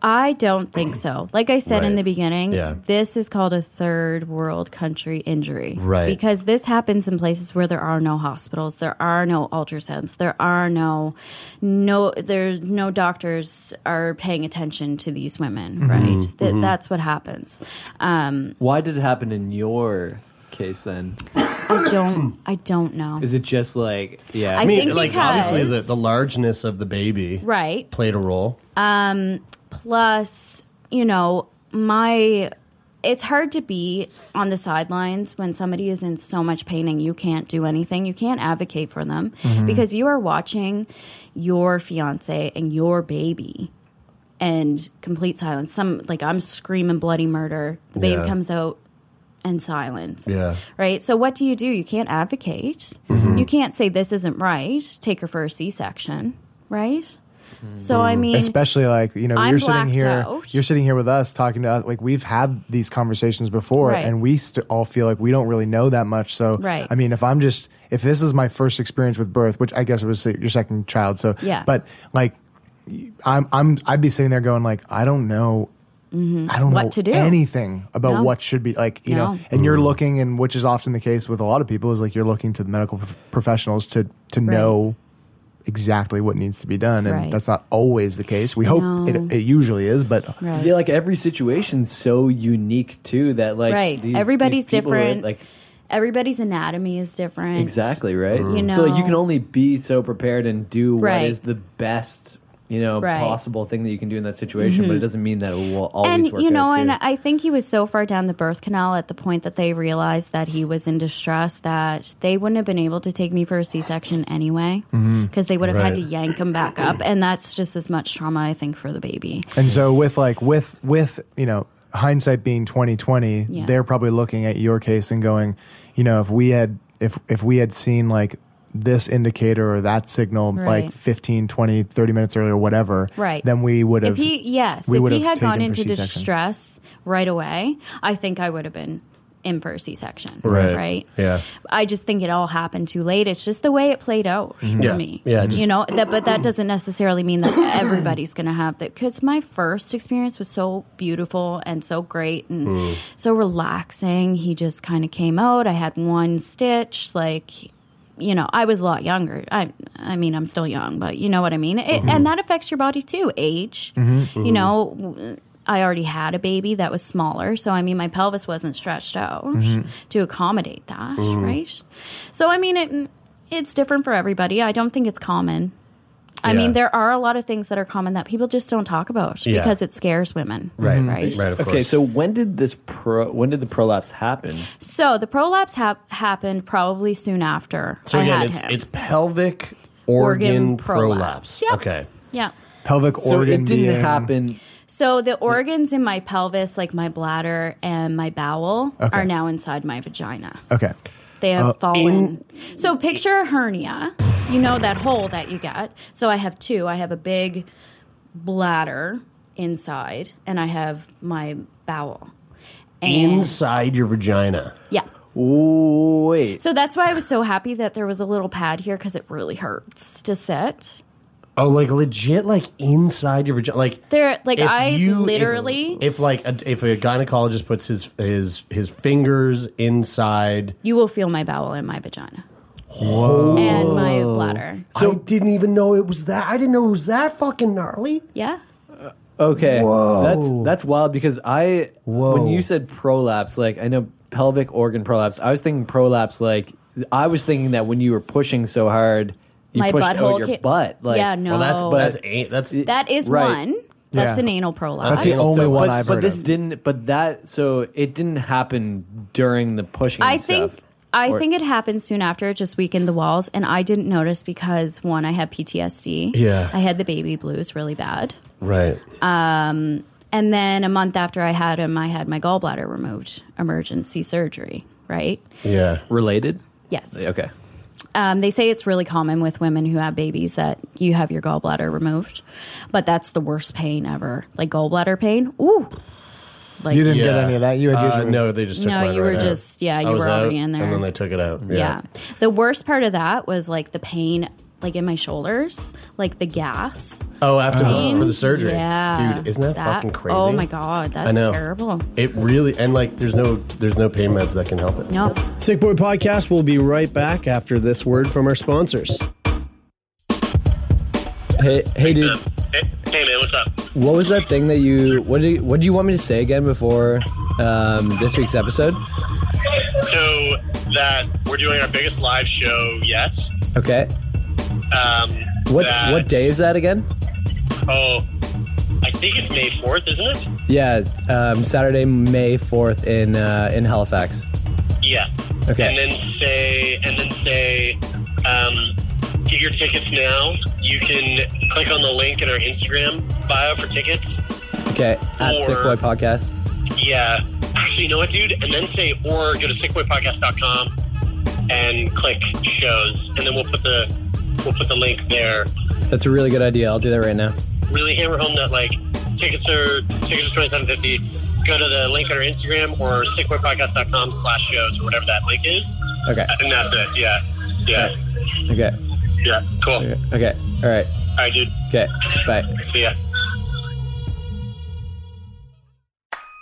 E: I don't think so. Like I said in
C: Right.
E: the beginning,
C: Yeah.
E: this is called a third world country injury.
C: Right.
E: Because this happens in places where there are no hospitals, there are no ultrasounds, there are no no there's no doctors are paying attention to these women,
G: Mhm.
C: Mm-hmm.
E: right? That,
G: Mhm.
E: that's what happens. Um,
G: Why did it happen in your case then?
E: I don't I don't know.
G: Is it just like yeah?
E: I I mean, think like,
C: Obviously, the,
E: Because-
C: the largeness of the baby
E: right.
C: played a role.
E: Um, plus, you know, my it's hard to be on the sidelines when somebody is in so much pain and you can't do anything. You can't advocate for them
N: Mhm.
E: because you are watching your fiance and your baby and complete silence. Some like I'm screaming bloody murder. The baby
N: Yeah.
E: comes out and silence.
N: Yeah. Mm-hmm.
E: Right? So what do you do? You can't advocate. You can't say this isn't right. Take her for a C-section, right? So
N: Mm-hmm.
E: I mean
H: especially like you know,
E: I'm
H: you're sitting
E: blacked
H: here,
E: out.
H: you're sitting here with us talking to us. Like we've had these conversations before,
E: Right.
H: and we st- all feel like we don't really know that much. So,
E: Right.
H: I mean, if I'm just if this is my first experience with birth, which I guess it was your second child, so
E: Yeah.
H: but like. I'm I'm I'd be sitting there going like I don't know
E: Mhm.
H: I don't
E: what
H: know
E: to do.
H: anything about
E: No.
H: what should be like, you know,
E: No.
H: and you're looking, and which is often the case with a lot of people is like you're looking to the medical prof- professionals to to
E: Right.
H: know exactly what needs to be done, and
G: Right.
H: that's not always the case. We hope
G: No.
H: it, it usually is, but
G: I feel like every situation's so unique too that like
E: Right.
G: these-
E: Everybody's
G: these people are,
E: different.
G: like
E: Everybody's anatomy is different.
G: exactly right.
E: You know,
G: so like, you can only be so prepared and do what
E: Right.
G: is the best you know
E: Right.
G: possible thing that you can do in that situation. But it
E: Mhm.
G: doesn't mean that it will always
E: and
G: work
E: you know,
G: out, too.
E: and I think he was so far down the birth canal at the point that they realized that he was in distress that they wouldn't have been able to take me for a C-section anyway
G: Mm-hmm.
H: Mhm.
E: because they would have had
H: Right.
E: to yank him back up, and that's just as much trauma I think for the baby.
H: and so with like with with you know hindsight being 2020
E: Yeah.
H: they're probably looking at your case and going you know if we had if if we had seen like this indicator or that signal like
E: Right.
H: 15 20 30 minutes earlier whatever
E: Right.
H: then we would have
E: If he yes,
H: we
E: if
H: would
E: he
H: have
E: had gone
H: taken for
E: into
H: C-section.
E: distress right away, I think I would have been in for a C-section. Right.
C: Yeah.
E: I just think it all happened too late. It's just the way it played out for
C: Yeah.
E: me.
C: Yeah, just-
E: you know that, but that doesn't necessarily mean that everybody's going to have that. Because my first experience was so beautiful and so great and
N: Mm.
E: so relaxing. He just kind of came out. I had one stitch, like. You know, I was a lot younger. I, I mean, I'm still young, but you know what I mean. It,
N: Mhm.
E: And that affects your body too. Age, you know. w- I already had a baby that was smaller, so I mean, my pelvis wasn't stretched out
N: Mhm.
E: to accommodate that,
N: Mhm.
E: right? So I mean, it it's different for everybody. I don't think it's common. I
G: Yeah.
E: mean, there are a lot of things that are common that people just don't talk about
G: Yeah.
E: because it scares women, Right.
G: Okay, so when did this pro? When did the prolapse happen?
E: So the prolapse hap- happened probably soon after
C: So
E: I
C: again,
E: had
C: it's
E: him.
C: it's pelvic
E: Organ
C: organ, prolapse.
E: prolapse. Yeah.
C: Okay.
E: yeah.
H: pelvic
G: So
H: organ
G: it didn't
H: being-
G: happen.
E: So the organs in my pelvis, like my bladder and my bowel,
H: Okay.
E: are now inside my vagina.
H: okay
E: They have
H: Uh,
E: fallen. so picture a hernia. You know that hole that you get. So I have two. I have a big bladder inside, and I have my bowel. And
C: Inside your vagina.
E: yeah.
G: Wait.
E: So that's why I was so happy that there was a little pad here because it really hurts to sit.
C: Oh, like legit, like inside your vagina, like
E: There, like
C: If
E: I
C: you- if-
E: literally,
C: if like a, if a gynecologist puts his his his fingers inside.
E: you will feel my bowel in my vagina.
C: Whoa.
E: And my bladder.
C: So I didn't even know it was that. I didn't know it was that fucking gnarly.
E: Yeah.
G: Okay,
C: Whoa.
G: that's that's wild because I when you said prolapse, like I know pelvic organ prolapse. I was thinking prolapse, like I was thinking that when you were pushing so hard, you
E: My
G: pushed
E: butthole
G: out your
E: ca-
G: butt. Like,
E: Yeah, no. Well, that's- that's
C: eight. That's
E: That is
G: Right.
E: one. That's
G: Yeah.
E: an anal prolapse.
H: That's the only
G: so-
H: one
G: but,
H: I've
G: But
H: heard
G: this
H: of.
G: didn't. But that so it didn't happen during the pushing.
E: I
G: and
E: think
G: stuff.
E: I
G: Or-
E: think it happened soon after. It just weakened the walls, and I didn't notice because one, I had PTSD.
C: Yeah.
E: I had the baby blues really bad.
C: Right.
E: Um, and then a month after I had him, I had my gallbladder removed, emergency surgery. Right?
C: Yeah,
G: related.
E: Yes.
G: Okay.
E: Um, they say it's really common with women who have babies that you have your gallbladder removed, but that's the worst pain ever. Like gallbladder pain. Ooh. Like
H: You didn't get any of that. You had yours
C: uh,
H: removed.
C: no, they just took
E: No,
C: mine
E: you
C: right
E: were
C: out.
E: just- yeah,
C: I
E: you
C: was
E: were already
C: out,
E: in there.
C: and then they took it out. Yeah.
E: Yeah. The worst part of that was like the pain, like in my shoulders, like the gas.
C: Oh, after the,
E: Pain.
C: for the surgery,
E: Yeah.
C: dude, isn't that, fucking crazy?
E: Oh my God. That's
C: I know.
E: terrible.
C: It really and like there's no there's no pain meds that can help it.
E: No.
K: Sick Boy Podcast will be right back after this word from our sponsors.
G: Hey, hey, dude.
L: Hey man, what's up?
G: What was that thing that you what do you, what do you want me to say again before um, this week's episode?
L: So that we're doing our biggest live show yet.
G: Okay.
L: Um,
G: What
L: that-
G: what day is that again?
L: Oh, I think it's May fourth, isn't it?
G: Yeah, um, Saturday, May fourth in uh, in Halifax.
L: Yeah.
G: Okay.
L: And then say, and then say, um, get your tickets now. You can click on the link in our Instagram bio for tickets.
G: Okay, at Sick Boy Podcast.
L: Yeah. Actually, you know what, dude? And then say, or go to sickboypodcast.com and click shows, and then we'll put the we'll put the link there.
G: That's a really good idea. I'll do that right now.
L: Really hammer home that like tickets are tickets are twenty seven fifty. Go to the link on our Instagram or sickboypodcast.com slash shows or whatever that link is.
G: Okay.
L: And that's it. Yeah. Yeah.
G: Okay.
L: Yeah. Cool. All
G: Okay. okay. All right.
L: right, dude.
G: Okay. Bye.
L: See ya.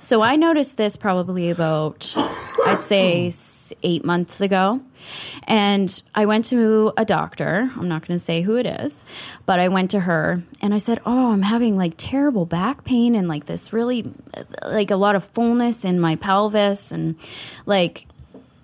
E: So I noticed this probably about, I'd say, s- eight months ago. And I went to a doctor. I'm not going to say who it is, but I went to her and I said, Oh, I'm having like terrible back pain and like this really, like a lot of fullness in my pelvis. And like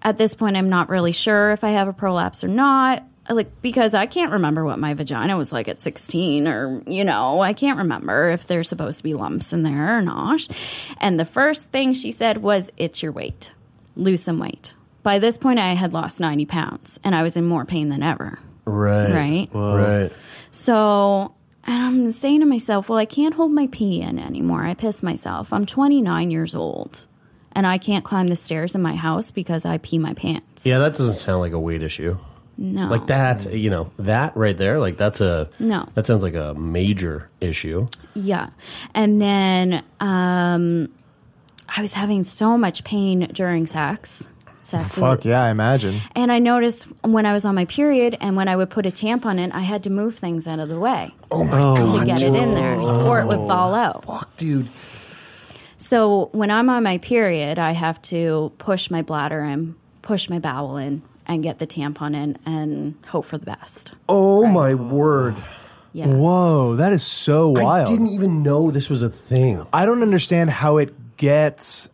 E: at this point, I'm not really sure if I have a prolapse or not. Like, because I can't remember what my vagina was like at 16, or, you know, I can't remember if there's supposed to be lumps in there or not. And the first thing she said was, It's your weight. Lose some weight. By this point, I had lost 90 pounds and I was in more pain than ever.
C: right.
E: Right. Whoa.
C: Right.
E: So and I'm saying to myself, well, I can't hold my pee in anymore. I piss myself. I'm 29 years old and I can't climb the stairs in my house because I pee my pants.
C: Yeah, that doesn't sound like a weight issue.
E: No.
C: Like that's you know that right there. Like that's a
E: No.
C: That sounds like a major issue.
E: Yeah. And then um, I was having so much pain during sex. Sex is-
H: Fuck yeah, I imagine.
E: And I noticed when I was on my period and when I would put a tampon in, I had to move things out of the way
C: Oh
H: my Oh,
E: to get it in there, or it would fall out.
C: Fuck, dude.
E: So when I'm on my period, I have to push my bladder in, push my bowel in, and get the tampon in, and hope for the best.
C: Oh my word.
E: Yeah.
H: Whoa, that is so
C: I
H: wild.
C: didn't even know this was a thing.
H: I don't understand how it gets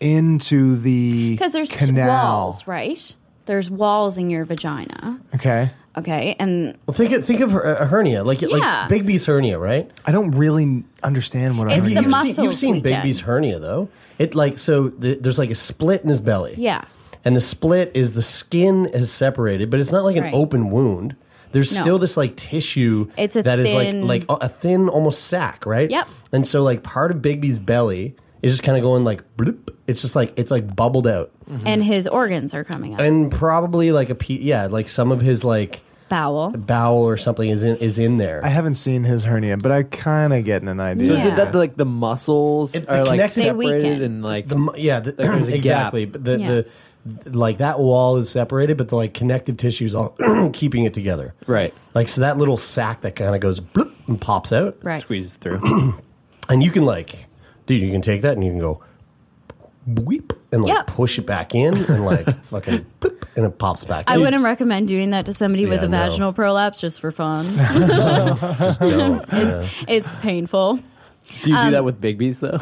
H: into the
E: Because there's
H: canal.
E: walls, right? There's walls in your vagina.
H: Okay.
E: Okay, and
C: Well, think of, think of her- a hernia, like
E: Yeah.
C: like Bigby's hernia, right?
H: I don't really understand what
E: It's the
C: you've
E: muscles
C: Seen, you've seen
E: we get.
C: Bigby's hernia though. It like so the, there's like a split in his belly.
E: yeah,
C: and the split is the skin is separated, but it's not like an
E: Right.
C: open wound. There's
E: No.
C: still this like tissue
E: It's a
C: that is
E: thin-
C: like like a a thin almost sack, right?
E: Yep.
C: And so like part of Bigby's belly is just kind of going like bloop. It's just like it's like bubbled out,
E: and his organs are coming out.
C: Mm-hmm. and probably like a pe- yeah, like some of his like
E: Bowel.
C: bowel or something is in is in there.
H: I haven't seen his hernia, but I kind of getting an idea.
C: So is it that,
G: like the muscles
C: are, like, They separated weaken.
G: and like
C: the, mu- yeah, the,
G: Like, there's a
C: exactly.
G: gap.
C: But the,
G: Yeah.
C: the like that wall is separated, but the like connective tissues all keeping it together.
G: Right.
C: Like so that little sack that kind of goes bloop and pops out.
E: Right.
G: Squeeze through.
C: and you can like, dude, you can take that and you can go weep and like
E: Yep.
C: push it back in and like fucking boop, and it pops back.
E: I
C: Dude,
E: wouldn't recommend doing that to somebody with
C: Yeah,
E: a
C: no.
E: vaginal prolapse just for fun.
C: just don't. Yeah.
E: it's painful.
G: Do you do
E: Um,
G: that with Bigby's though?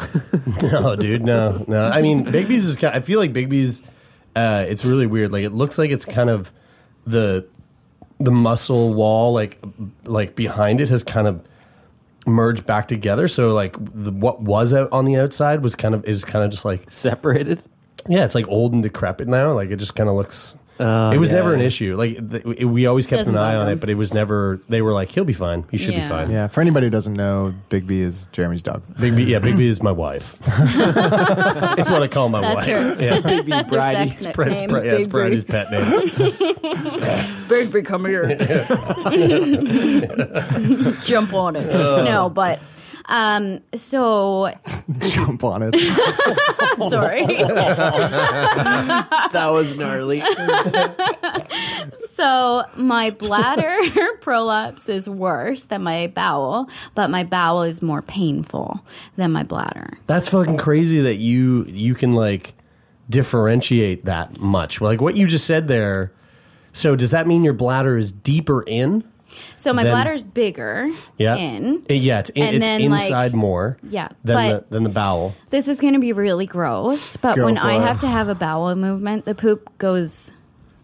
C: no, dude, no, no. I mean, Bigby's is. Kind I feel like Bigby's. Uh, it's really weird. Like it looks like it's kind of the the muscle wall, like like behind it, has kind of merged back together. So like the, what was out on the outside was kind of is kind of just like
G: separated.
C: Yeah, it's like old and decrepit now. Like it just kind of looks.
G: Oh,
C: it was
G: yeah.
C: never an issue. Like th- we always kept
H: Doesn't
C: an eye
H: bother
C: on it,
H: him.
C: but it was never. They were like, "He'll be fine. He should be fine."
H: Yeah, for anybody who doesn't know, Big B is Jeremy's dog.
C: Big B, yeah, Big B is my wife. it's what I call my
E: That's
C: wife.
E: her-
C: Yeah.
E: Big B That's her Bridie. sex
C: It's Bri- it's
E: nickname,
C: Bri- yeah, it's
E: Big Bri.
C: Bridie's pet name.
E: Big, big, come here. Jump on it. No, but um, so
H: Jump on it.
E: sorry.
G: that was gnarly.
E: So my bladder prolapse is worse than my bowel, but my bowel is more painful than my bladder.
C: That's fucking crazy that you you can like differentiate that much. Like what you just said there. So does that mean your bladder is deeper in?
E: So my
C: Then-
E: bladder's bigger
C: Yeah.
E: in.
C: Uh, Yeah, it's in,
E: And
C: it's
E: then, like-
C: inside more
E: Yeah.
C: than
E: but
C: the, than the bowel.
E: this is going to be really gross, but
C: Go
E: when
C: for
E: I
C: it.
E: have to have a bowel movement, the poop goes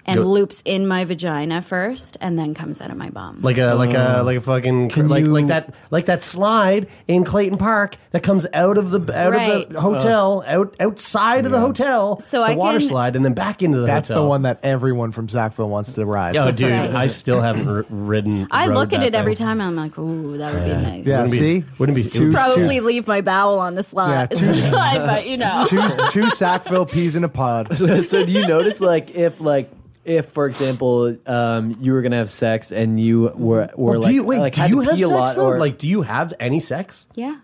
E: and
C: Go-
E: loops in my vagina first and then comes out of my bum.
C: Like a like
G: Oh.
C: a like a fucking like like that like that slide in Clayton Park that comes out of the out
E: Right.
C: of the hotel out outside of the hotel
E: So
C: the
E: I
C: water
E: can-
C: slide and then back into the
H: That's
C: hotel.
H: the one that everyone from Sackville wants to ride.
C: Oh, dude, I still haven't r- ridden.
E: I
C: rode
E: look at
C: that
E: it every
C: thing.
E: time and I'm like, ooh, that would
C: Yeah.
E: be nice.
H: Yeah,
C: Wouldn't be-
H: see,
C: wouldn't be-
H: two,
E: Probably leave my bowel on the
H: Yeah,
E: slide,
H: two-
E: slide but you know.
H: two, two Sackville peas in a pod.
G: so, so do you notice like if like if for example um, you were gonna have sex and you were were
C: Well,
G: like
C: do you wait?
G: like,
C: do
G: had
C: you
G: to
C: have
G: pee a
C: sex
G: lot
C: though?
G: or-
C: like, do you have any sex?
E: Yeah.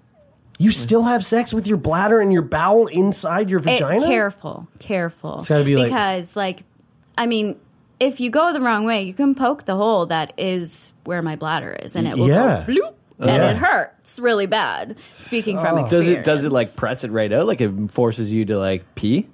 C: You still have sex with your bladder and your bowel inside your
E: It-
C: vagina?
E: Eh, careful, careful.
C: It's gotta be like-
E: because, like, I mean, if you go the wrong way, you can poke the hole that is where my bladder is, and it will
G: Yeah.
E: go bloop, and
G: Yeah.
E: it hurts really bad. Speaking from
C: Oh.
E: experience,
G: does it does it like press it right out like it forces you to like pee?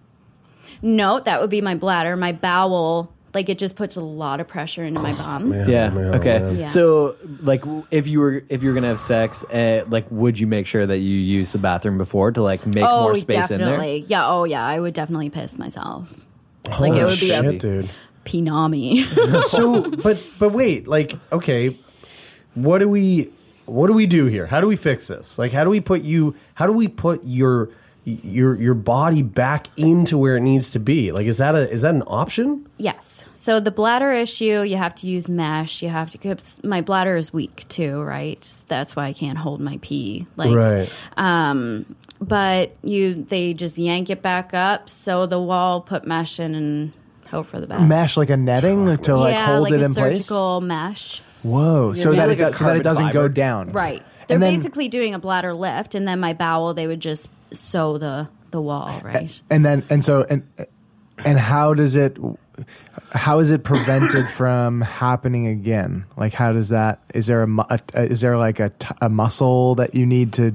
E: No, that would be my bladder, my bowel. Like it just puts a lot of pressure into my
C: Oh,
E: bum.
G: Yeah. okay.
E: Yeah.
G: So, like, w- if you were if you were gonna have sex,
C: eh,
G: uh, like, would you make sure that you use the bathroom before to like make
E: oh,
G: more space
E: definitely. Yeah. Oh, yeah. I would definitely piss myself.
C: Holy
E: like it would be
C: shit,
E: a
C: dude.
E: penami.
C: so, but but wait, like, okay, what do we what do we do here? How do we fix this? Like, how do we put you? How do we put your your your body back into where it needs to be? Like, is that a is that an option?
E: Yes. So the bladder issue, you have to use mesh. You have to. 'cause My bladder is weak too, right? That's why I can't hold my pee. Like,
O: Right.
E: Um, but you, they just yank it back up. So the wall put mesh in and hope for the best.
H: Mesh like a netting to like
E: yeah,
H: hold
E: like
H: it
E: a
H: in place.
E: surgical mesh.
H: Whoa!
E: Yeah,
H: so
E: maybe
H: that
E: like
H: it
E: a
H: does, so that it
E: carbon
H: doesn't go
E: fiber.
H: down.
E: Right. They're
H: And then-
E: basically doing a bladder lift, and then my bowel, they would just sew the the wall, right?
H: And then and so and and how does it how is it prevented from happening again? Like how does that is there a, mu- a is there like a, t- a muscle that you need to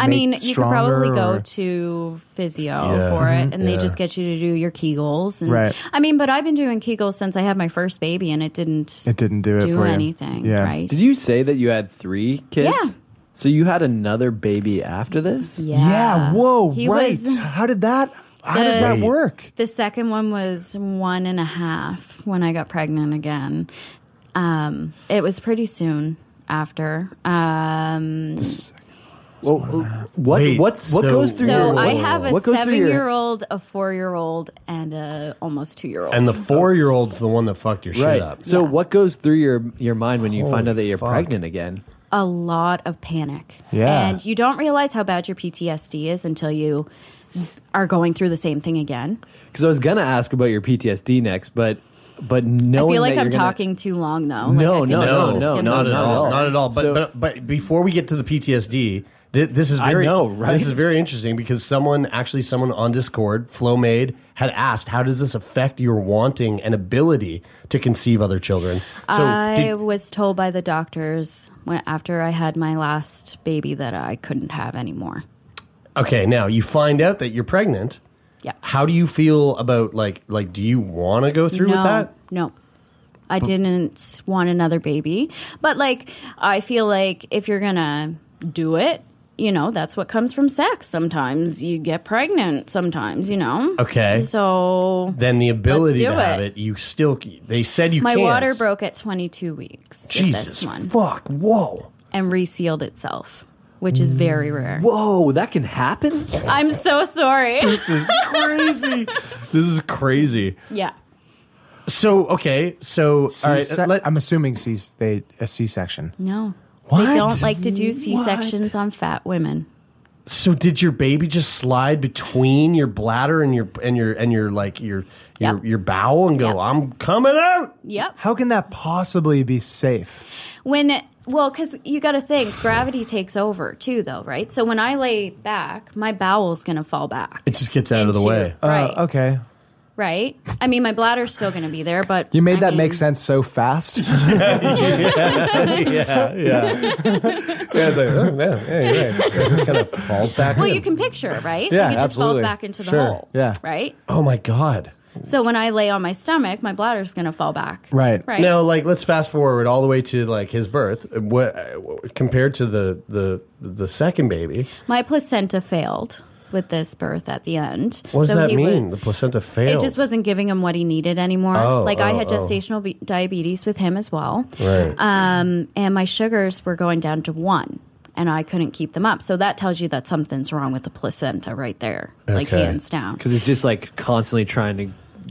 E: I
H: make
E: mean, you could probably
H: stronger,
E: go
H: or-
E: to physio
H: Yeah.
E: for it,
H: Mhm.
E: and they
H: Yeah.
E: just get you to do your Kegels. And,
H: Right.
E: I mean, but I've been doing Kegels since I had my first baby, and it didn't.
H: It didn't do
E: it Do for you. anything, Yeah. right?
G: Did you say that you had three kids?
E: Yeah.
G: So you had another baby after this?
E: Yeah. Yeah,
H: whoa,
E: He right. was-
H: how did that
E: how does that The-
H: work?
E: The second one was one and a half when I got pregnant again, Um, it was pretty soon after. Um,
G: Well, what
E: Wait,
G: what what
E: so-
G: goes through
E: so
G: your
E: I have a
G: what goes through your-
E: seven-year-old, a four-year-old, and a almost two-year-old.
C: And the four year old's the one that fucked your
G: Right.
C: shit up.
G: So what goes through your your mind when you find
C: Holy
G: out that you're
C: fuck.
G: pregnant again?
E: a lot of panic.
G: Yeah.
E: And you don't realize how bad your PTSD is until you are going through the same thing again.
G: Because I was gonna ask about your PTSD next, but but knowing
E: I feel like
G: that
E: I'm
G: you're gonna-
E: talking too long though.
G: No,
E: like, I
G: no,
E: think
G: no,
E: this is
G: no,
E: gonna
G: not
E: be-
G: at all.
C: Not at all. But,
G: So-
C: but but before we get to the PTSD, th- this is
G: I
C: very
G: know, right?
C: this is very interesting because someone actually someone on Discord, Flowmade, had asked, "How does this affect your wanting and ability to conceive other children?" So
E: I
C: did,
E: was told by the doctors when after I had my last baby that I couldn't have anymore.
C: okay, now you find out that you're pregnant.
E: Yeah.
C: How do you feel about like like do you want to go through
E: no,
C: with that?
E: No. I didn't want another baby. But like I feel like if you're going to do it, you know, that's what comes from sex. Sometimes you get pregnant, sometimes, you know.
C: Okay.
E: So
C: Then the
E: Let's
C: ability to
E: do
C: have
E: it.
C: it, you still they said you
E: my
C: can't.
E: water broke at 22 weeks. with
C: Jesus
E: this one,
C: fuck! Whoa.
E: and resealed itself, which is
C: Mm.
E: very rare.
G: Whoa, that can happen.
E: I'm so sorry.
C: This is crazy. This is crazy.
E: yeah.
C: So okay, so all right,
H: C-sec- I'm assuming C they a C-section.
E: No.
H: What?
E: They don't like to do C-sections on fat women.
C: So did your baby just slide between your bladder and your and your and your like your your,
E: Yep.
C: your bowel and go, I'm coming out?
E: Yep.
H: How can that possibly be safe?
E: when it, well because you got to think gravity takes over too though right so when i lay back my bowel's gonna fall back
C: It just gets out of the
E: Into-
C: way.
E: right.
H: Uh, okay.
E: right i mean my bladder's still gonna be there but
H: You made that make sense so fast.
C: yeah, yeah. Yeah, it's like, oh, yeah, yeah, you're right. It just kind of falls back.
E: well
C: in.
E: you can picture right
C: Yeah,
E: like it just
C: absolutely.
E: falls back into the
C: Sure.
E: hole
C: Yeah.
E: right
C: Oh my god.
E: so when i lay on my stomach my bladder's gonna fall back
H: Right.
E: Right.
C: Now, like, let's fast forward all the way to like his birth. What compared to the the the second baby?
E: my placenta failed with this birth at the end
C: What does
E: So
C: that
E: he
C: mean?
E: would-
C: the placenta failed.
E: It just wasn't giving him what he needed anymore.
C: Oh,
E: like I
C: oh,
E: had
C: oh.
E: gestational be- diabetes with him as well.
C: Right.
E: Um, and my sugars were going down to one and I couldn't keep them up. So that tells you that something's wrong with the placenta right there. Like hands down.
G: Because it's just like constantly trying to.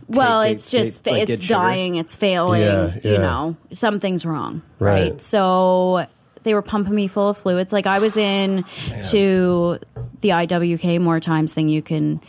E: well,
G: take-
E: it's just
G: take, like, get
E: it's
G: sugar.
E: dying, it's failing,
G: Yeah, yeah.
E: you know. Something's wrong,
G: Right.
E: right? So they were pumping me full of fluids. Like I was in to the IWK more times than you can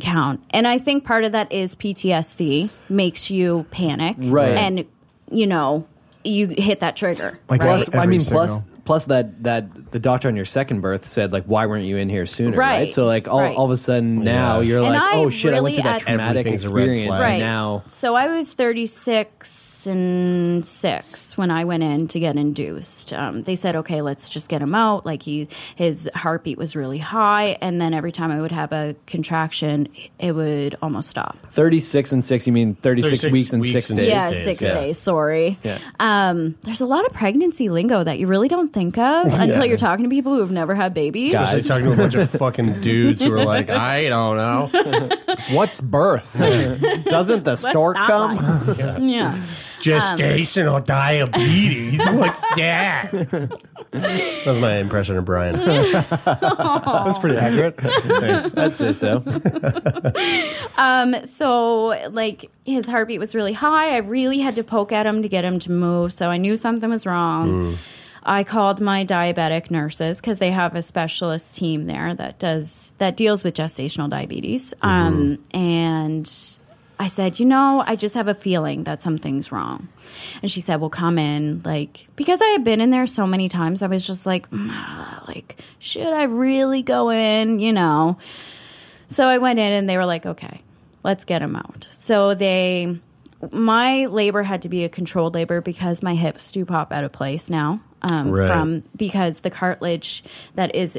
E: count. And I think part of that is PTSD makes you panic.
G: Right.
E: And you know, you hit that trigger. right?
G: plus, I mean, plus plus that that the doctor on your second birth said like, why weren't you in here sooner? Right.
E: Right,
G: So like all,
E: right.
G: all of a sudden now
E: Yeah.
G: you're
E: And
G: like,
E: I
G: oh shit, I
E: really
G: went through that
E: at-
G: traumatic
E: Everything's
C: a red
G: experience
C: flag.
G: and now.
E: So I was 36 and 6 when I went in to get induced. Um, they said, okay, let's just get him out. Like he, his heartbeat was really high. And then every time I would have a contraction, it would almost stop.
G: 36 and 6 you mean 36,
E: 36
G: weeks and
E: weeks
G: 6
E: and
G: days
E: Yeah, six
G: Yeah.
E: days sorry
G: yeah
E: Um, there's a lot of pregnancy lingo that you really don't think of until
C: Yeah.
E: you're talking to people who've never had babies.
C: Especially talking to a bunch of fucking dudes who are like, I don't know.
H: What's birth?
G: Doesn't the
E: What's stork that come? yeah. Um,
C: Gestational diabetes. What's that? that was my impression of Brian. that was pretty accurate. Thanks.
G: I'd say so.
E: Um, so like his heartbeat was really high. I really had to poke at him to get him to move. So I knew something was wrong. I called my diabetic nurses because they have a specialist team there that does that deals with gestational diabetes. Um, and I said, you know, I just have a feeling that something's wrong. And she said, well, come in, like because I had been in there so many times. I was just like, "Mm, ah, like should I really go in? You know. So I went in and they were like, okay, let's get him out. So they, my labor had to be a controlled labor because my hips do pop out of place now um,
O: Right.
E: from because the cartilage that is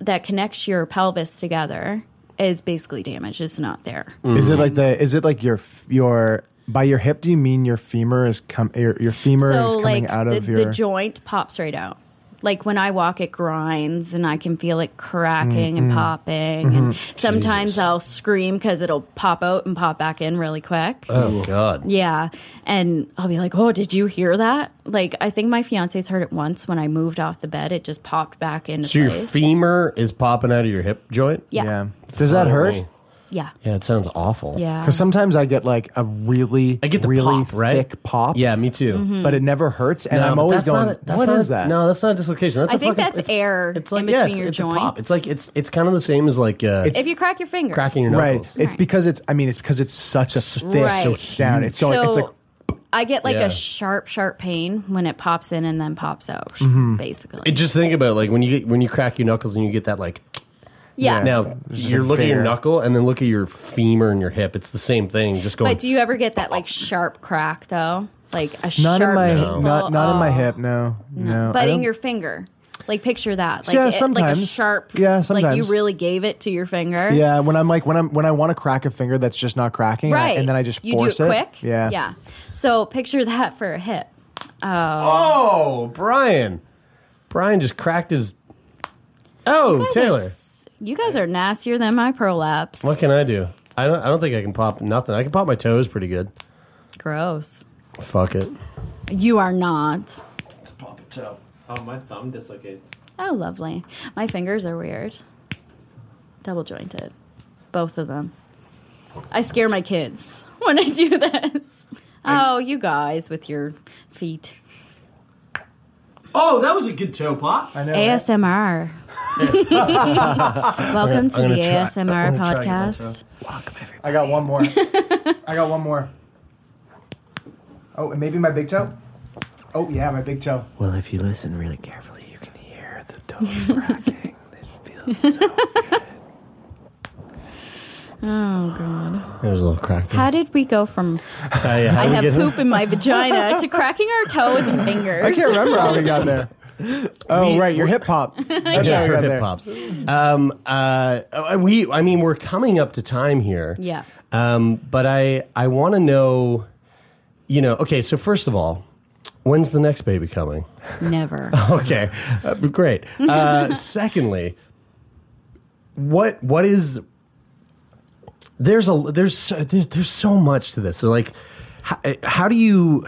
E: that connects your pelvis together is basically damaged. It's not there.
H: Is
C: Mm-hmm.
H: it like the? Is it like your f- your by your hip? Do you mean your femur is com- your, your femur is coming out
E: the,
H: of your
E: the joint pops right out. Like when I walk, it grinds and I can feel it cracking and
C: Mm-hmm.
O: Mhm.
E: popping. And
O: Mhm.
E: sometimes I'll scream because it'll pop out and pop back in really quick.
K: Oh God.
E: Yeah. And I'll be like, oh, did you hear that? Like, I think my fiance's heard it once when I moved off the bed. It just popped back into
C: So your
E: place.
C: femur is popping out of your hip joint?
E: Yeah. Yeah.
H: Does that
C: Fuck
H: hurt?
C: me.
E: yeah.
C: Yeah, it sounds awful.
E: Yeah.
H: Because sometimes I get like a really, I get really
C: pop, right?
H: thick pop.
C: Yeah, me too.
E: Mhm.
H: But it never hurts, and
C: No,
H: I'm
C: but
H: always
C: that's not
H: going,
C: a- that's
H: "What
C: not
H: is
C: a-
H: that?"
C: No, that's not a dislocation. That's
E: I
C: a
E: think
C: fucking,
E: that's air in
C: yeah,
E: between
C: it's,
E: your
C: it's a
E: joints.
C: pop. It's like it's it's kind of the same as like uh,
E: if you crack your fingers,
H: right. It's because it's. I mean, it's because it's such a thick
E: Right. So
H: sound. It's
C: Mm-hmm.
H: so. it's like
E: I get like
C: Yeah.
E: a sharp, sharp pain when it pops in and then pops out,
H: Mm-hmm.
C: Mhm.
E: basically.
C: It, just think about it, like when you get when you crack your knuckles and you get that like
E: Yeah.
C: Now
E: Just
C: you're
E: a
C: look at your
E: bear.
C: knuckle and then look at your femur and your hip. It's the same thing. Just going.
E: But do you ever get that like sharp crack though? Like a
H: not
E: sharp
H: in my
E: painful-
H: not not in my
E: oh,
H: hip. No, no. I
E: biting
H: don't-
E: your finger. Like picture that. Like
H: Yeah,
E: it- Like a
H: sometimes.
E: sharp.
H: Yeah,
E: Like you
H: sometimes.
E: really gave it to your finger.
H: Yeah, when I'm like when I'm when I want to crack a finger that's just not cracking, and I-
E: Right.
H: and then I just
E: you
H: force
E: do it, quick.
H: Yeah,
E: Yeah. So picture that for a hip. Oh.
C: oh, Brian! Brian just cracked his. Oh, Taylor,
E: you guys are nastier than my prolapse.
C: what can I do? I don't. I don't think I can pop nothing. I can pop my toes pretty good.
E: Gross.
C: Fuck it.
E: You are not.
G: So, oh, my thumb dislocates.
E: Oh, lovely. My fingers are weird. Double jointed. Both of them. I scare my kids when I do this. Oh, you guys with your feet.
K: Oh, that was a good toe pop. I know.
E: ASMR. Welcome to the ASMR podcast.
H: I got one more. I got one more. Oh, and maybe my big toe. Oh yeah, my big toe.
G: Well, if you listen really carefully, you can hear the toes cracking.
E: Oh, God.
C: There's a little crack.
E: How did we go from
C: I,
E: I have poop in my vagina to cracking our toes and fingers?
H: I can't remember how we got there. Oh right, your hip hop. That's how we
C: yeah,
H: got
C: hip
H: there.
C: pops. Um, uh, uh, we, I mean, we're coming up to time here.
E: Yeah.
C: Um, but I, I want to know, you know, okay. So first of all, when's the next baby coming?
E: Never.
C: okay, uh, great. Uh, secondly, what, what is? There's a, there's, so- there's, there's so much to this. So like, how, how do you?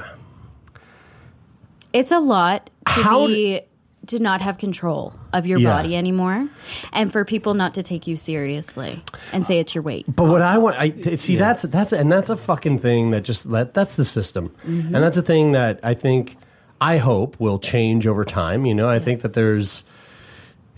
E: It's a lot to be to not have control of your
C: Yeah.
E: body anymore, and for people not to take you seriously and say it's your weight.
C: But what I want, I
H: Uh,
C: th- see that's that's and that's a fucking thing that just let that's the system,
E: Mhm.
H: Mm-hmm.
C: and that's a thing that I think I hope will change over time. You know, I think that there's.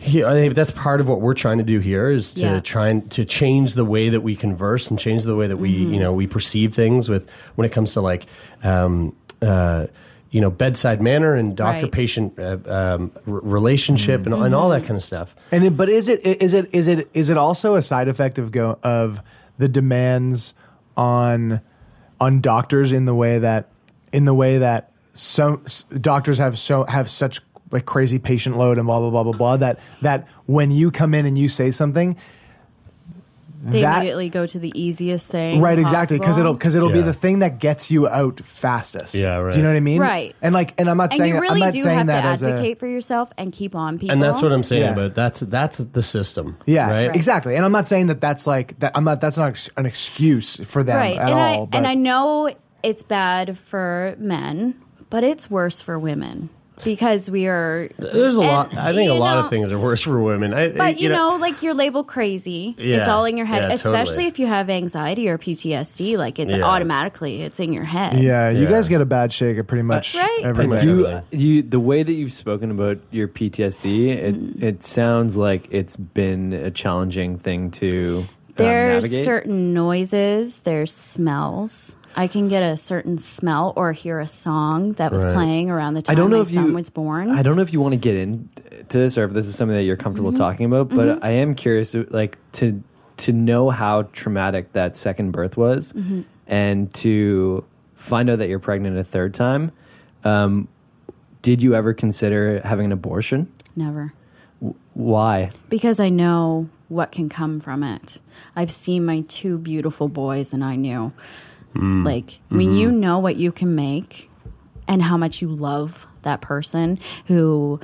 C: Yeah, I think that's part of what we're trying to do here is to
K: Yeah.
C: try and to change the way that we converse and change the way that we
H: Mm-hmm.
C: you know we perceive things with when it comes to like um, uh, you know bedside manner and doctor patient uh, um, r- relationship and, and
H: Mm-hmm.
C: all that kind of stuff.
H: And it, but is it is it is it is it also a side effect of go of the demands on on doctors in the way that in the way that some s- doctors have so have such like crazy patient load and blah blah blah blah blah that that when you come in and you say something
E: They
H: that
E: immediately go to the easiest thing,
H: right exactly because
E: possible.
H: it'll because it'll be
C: Yeah.
H: the thing that gets you out fastest
C: Yeah,
H: do you know
C: right.
H: what I mean
E: Right.
H: and like and I'm not
E: and
H: saying
E: you
H: I'm
E: really
H: not
E: do
H: saying
E: have
H: that
E: to
H: as a-
E: advocate for yourself and keep on people.
C: And that's what I'm saying.
H: Yeah.
C: But that's that's the system,
H: Yeah,
C: right?
H: exactly. And I'm not saying that that's like that. I'm not. That's not ex- an excuse for them
E: right?
H: at
E: and
H: all.
E: I
H: but
E: and I know it's bad for men, but it's worse for women because we are.
C: There's a
E: and,
C: lot. I think a
E: you
C: lot
E: know,
C: of things are worse for women. I,
E: But you know, like you're labeled crazy. it's
C: Yeah.
E: all in your head,
C: Yeah,
E: especially
C: totally.
E: if you have anxiety or PTSD. Like it's
H: Yeah.
E: automatically, it's in your head.
H: yeah, you guys get a bad shake at pretty much
E: Right?
H: everywhere.
G: Do you- you the way that you've spoken about your PTSD? It it sounds like it's been a challenging thing to um,
E: There's
G: navigate.
E: certain noises. There's smells. I can get a certain smell or hear a song that was
G: Right.
E: playing around the time
G: I don't know
E: my
G: if
E: son
G: you-
E: was born.
G: I don't know if you want to get into this or if this is something that you're comfortable
E: Mhm.
G: talking about,
E: Mhm.
G: but I am curious, like to to know how traumatic that second birth was,
E: Mhm.
G: Mm-hmm. and to find out that you're pregnant a third time. Um, did you ever consider having an abortion?
E: Never.
G: W- why?
E: Because I know what can come from it. I've seen my two beautiful boys, and I knew. Like, when you know what you can make and how much you love that person who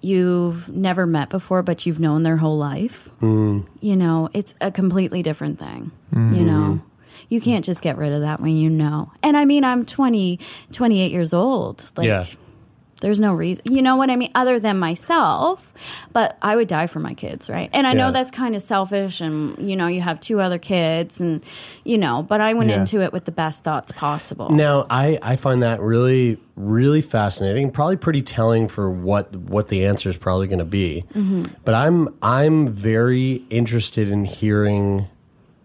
E: you've never met before, but you've known their whole life. You know, it's a completely different thing. You know, you can't just get rid of that when you know. And I mean, I'm 20, 28 years old. Like,
O: yeah.
E: there's no reason. You know what I mean? Other than myself, but I would die for my kids, right? And I
O: Yeah.
E: know that's kind of selfish and, you know, you have two other kids and, you know, but I went
C: Yeah.
E: into it with the best thoughts possible.
C: Now, I, I find that really, really fascinating. Probably pretty telling for what what the answer is probably going to be.
O: Mhm.
C: But I'm I'm very interested in hearing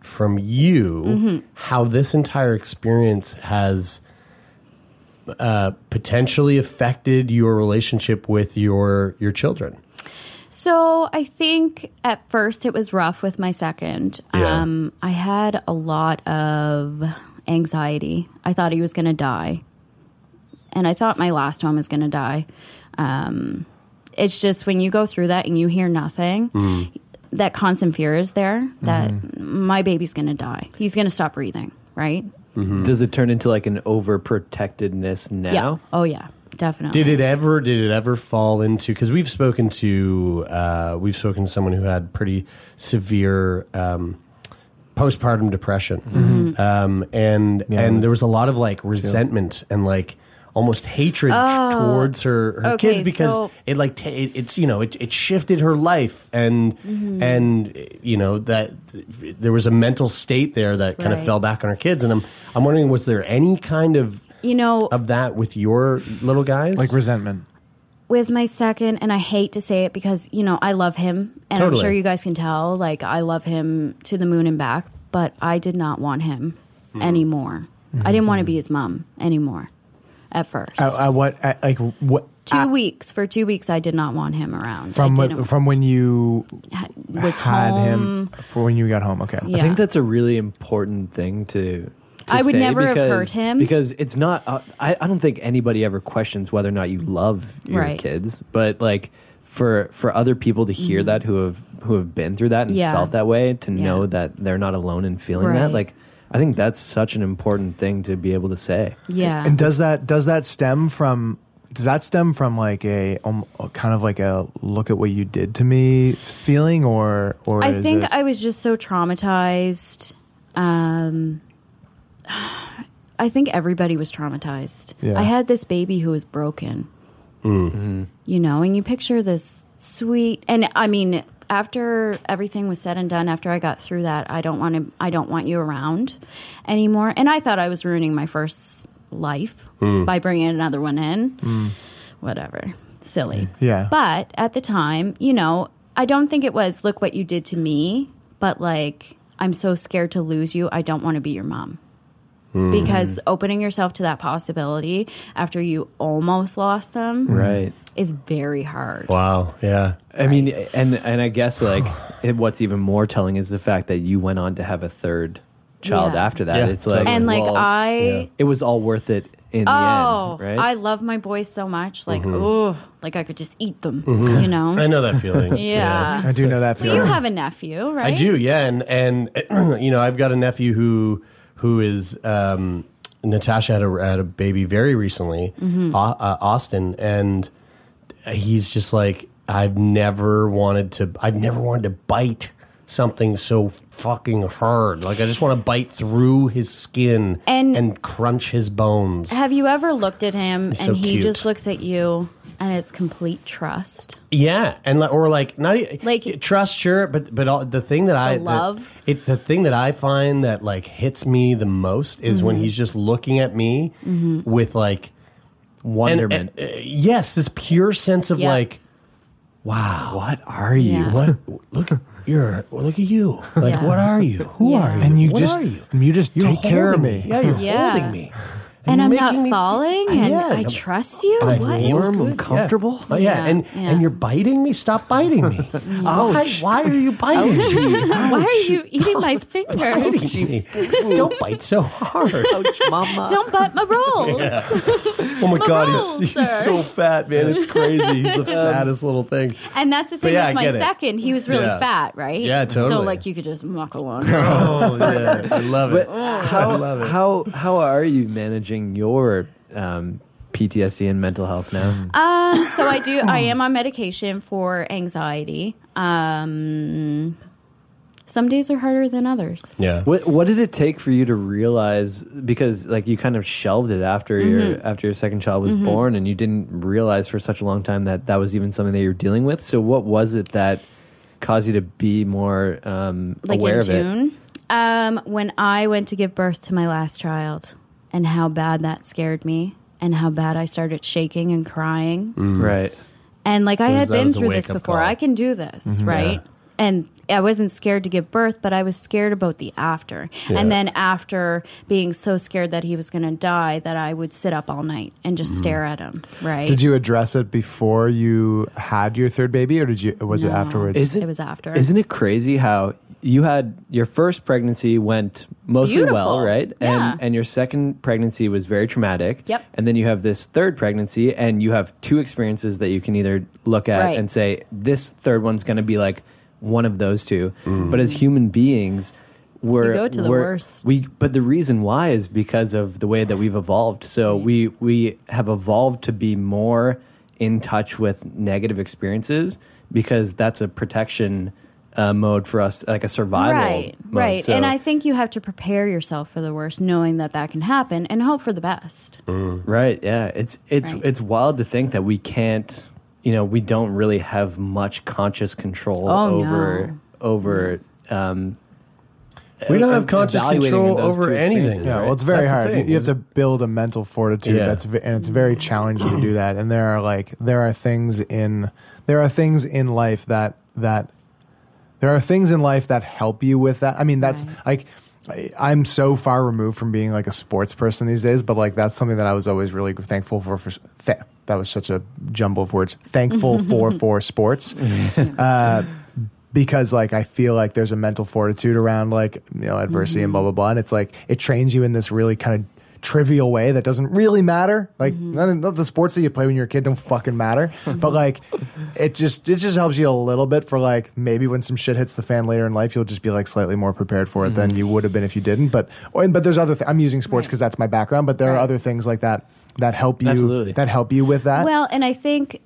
C: from you
O: Mhm.
C: how this entire experience has uh, potentially affected your relationship with your your children.
E: So I think at first it was rough with my second.
C: Yeah.
E: Um, I had a lot of anxiety. I thought he was going to die, and I thought my last home was going to die. Um, it's just when you go through that and you hear nothing,
C: Mm-hmm.
E: that constant fear is there that my baby's going to die. He's going to stop breathing. Right?
G: Does it turn into like an overprotectedness now?
E: Yeah. Oh yeah. Definitely.
C: Did it ever? Did it ever fall into? Because we've spoken to uh, we've spoken to someone who had pretty severe um, postpartum depression,
O: Mhm.
C: um, and
O: Yeah.
C: and there was a lot of like resentment and like almost hatred
O: Oh.
C: towards her her
O: Okay,
C: kids because
O: so-
C: it like ta it, it's you know it, it shifted her life and
O: Mhm.
C: and you know that there was a mental state there that kind of
E: Right.
C: fell back on her kids and I'm I'm wondering was there any kind of
E: You know,
C: of that with your little guys? Like
H: resentment.
E: with my second, and I hate to say it because you know I love him, and
C: Totally.
E: I'm sure you guys can tell. Like I love him to the moon and back, but I did not want him
H: Mm-hmm.
E: anymore. I didn't want to be his mom anymore. At first,
H: I, I, what I, like what
E: two weeks for two weeks, I did not want him around.
H: from
E: I
H: what,
E: didn't
H: from when you
E: was
H: had
E: home.
H: him for when you got home? Okay,
E: Yeah.
G: I think that's a really important thing to. to
E: I would
G: say
E: never have
G: because-
E: hurt him.
G: because it's not. Uh, I, I don't think anybody ever questions whether or not you love your
E: Right.
G: kids, but like for for other people to hear
E: Mhm.
G: that who have who have been through that and
E: Yeah.
G: felt that way to
E: Yeah.
G: know that they're not alone in feeling
E: Right.
G: that, like I think that's such an important thing to be able to say.
E: Yeah.
H: And does that does that stem from does that stem from like a um, kind of like a look at what you did to me feeling or or
E: I
H: is
E: think
H: it-
E: I was just so traumatized. Um, I think everybody was traumatized.
O: Yeah.
E: I had this baby who was broken.
O: Mm.
E: you know, and you picture this sweet and I mean after everything was said and done after I got through that, I don't want to I don't want you around anymore. And I thought I was ruining my first life
O: Mm.
E: by bringing another one in. Whatever. Silly.
O: Yeah.
E: But at the time, you know, I don't think it was look what you did to me, but like I'm so scared to lose you. I don't want to be your mom because opening yourself to that possibility after you almost lost them
G: Right.
E: is very hard
C: Wow. Yeah.
G: I mean, and and I guess like it, what's even more telling is the fact that you went on to have a third child
E: Yeah.
G: after that.
E: Yeah,
G: it's like
E: And, like,
G: well,
E: I-
G: it was all worth it in
E: oh
G: the end,
E: i
G: right?
E: love my boys so much like
G: Mhm.
E: oh like i could just eat them
C: Mhm.
E: you know
C: Mm-hmm. I know that feeling.
E: yeah,
H: I do know that
E: Well,
C: feeling.
E: you have a nephew right
C: I do, yeah, and and you know, I've got a nephew who who is um, Natasha had a had a baby very recently,
O: Mhm.
E: Mm-hmm.
C: Au- uh, Austin, and he's just like I've never wanted to. I've never wanted to bite something so fucking hard. Like I just want to bite through his skin
E: And-
C: crunch his bones.
E: have you ever looked at him
C: He's so
E: and he
C: cute.
E: just looks at you and it's complete trust
C: Yeah, and like, or like not e-
E: Like-
C: trust, sure, but but all, the thing that I
E: The love?
C: that- it the thing that I find that like hits me the most is when
O: Mhm.
E: Mm-hmm.
C: he's just looking at me
O: Mhm.
C: with like
G: wonderment.
C: and- uh, yes, this pure sense of
O: Yeah.
C: like, wow,
G: what are you?
H: Yeah.
C: What look you're look at you? Like
H: Yeah.
C: what are you? Who are you?
H: and you
C: What
H: just
C: are you?
H: just
C: You're
H: take care of
C: holding
H: me.
C: me. Yeah, you're
E: Yeah.
C: holding me.
E: and, i'm not
O: making me-
E: falling and
O: Yeah.
E: i trust you
C: And I
E: What?
C: feel good. Yeah. Oh, yeah.
E: Yeah.
C: and
E: Yeah.
C: and you're biting me. Stop biting me. why,
O: Ouch.
C: why are you biting me?
E: why are you eating my fingers
C: biting me? Don't bite so hard. Ouch, mama.
E: don't butt my rolls
C: Yeah. Oh my, god,
E: rolls,
C: he's, he's
E: sir.
C: so fat, man. It's crazy. He's the fattest little thing.
E: And that's the
C: But
E: same
C: yeah, I
E: with my
C: get it.
E: second. He was really
C: Yeah.
E: fat, right?
C: Yeah,
E: So
C: totally.
E: like you could just muck along.
C: Oh yeah, I love it.
G: How how how are you managing your um, PTSD and mental health now?
E: Um, so I do.
G: Hmm.
E: I am on medication for anxiety. Um, some days are harder than others.
C: Yeah.
G: What What did it take for you to realize? Because like you kind of shelved it after
E: Mhm.
G: your after your second child was
E: Mhm.
G: born, and you didn't realize for such a long time that that was even something that you were dealing with. So what was it that caused you to be more um,
E: Like
G: aware
E: in
G: of it?
E: June, um, when I went to give birth to my last child, and how bad that scared me, and how bad I started shaking and crying,
C: Mm-hmm.
G: Right.
E: and like I
G: It
E: had
G: was- that
E: been
G: was a
E: through this
G: wake-up
E: before.
G: call.
E: I can do this,
G: Mhm.
E: right?
G: Yeah.
E: And I wasn't scared to give birth, but I was scared about the after.
O: Yeah.
E: And then after being so scared that he was going to die, that I would sit up all night and
G: Mm-hmm.
E: just stare at him, right?
H: Did you address it before you had your third baby, or did you? Was it
E: No.
H: afterwards?
E: Is Oh, it- It was after.
G: Isn't it crazy how you had your first pregnancy went mostly well,
E: Beautiful.
G: right?
E: Yeah.
G: And and your second pregnancy was very traumatic.
E: Yep.
G: And then you have this third pregnancy and you have two experiences that you can either look at
E: Right.
G: and say this third one's going to be like one of those two. But as human beings, we're
E: go to the
G: we're-
E: worst.
G: We but the reason why is because of the way that we've evolved. So we we have evolved to be more in touch with negative experiences because that's a protection uh, mode for us, like a survival
E: right,
G: mode.
E: right.
G: So-
E: And I think you have to prepare yourself for the worst, knowing that that can happen, and hope for the best.
C: Mm-hmm.
G: Right. Yeah. It's it's
E: Right.
G: it's wild to think that we can't. You know, we don't really have much conscious control
E: Oh,
G: over
E: no.
G: over. Um,
C: We don't
G: e-
C: have conscious
G: evaluating
C: control
G: those
C: over
G: two
C: anything.
G: experiences,
H: Yeah,
G: right?
H: well, it's very
C: That's the
H: hard. You-
C: thing,
H: you have to build a mental fortitude.
C: Yeah.
H: That's ve- and it's very challenging to do that. And there are like there are things in there are things in life that that there are things in life that help you with that. I mean, that's like. I- I'm so far removed from being like a sports person these days, but like that's something that I was always really thankful for. For th- that was such a jumble of words. Thankful for for sports,
G: Mm-hmm.
H: uh, because like I feel like there's a mental fortitude around like you know adversity and blah blah blah, and it's like it trains you in this really kind of trivial way that doesn't really matter. Like none of the sports that you play when you're a kid don't fucking matter, but like it just it just helps you a little bit for like maybe when some shit hits the fan later in life, you'll just be like slightly more prepared for it than you would have been if you didn't. But or, but there's other. Th- I'm using sports because that's my background, but there are other things like that that help you that help you with that.
E: Well, and I think,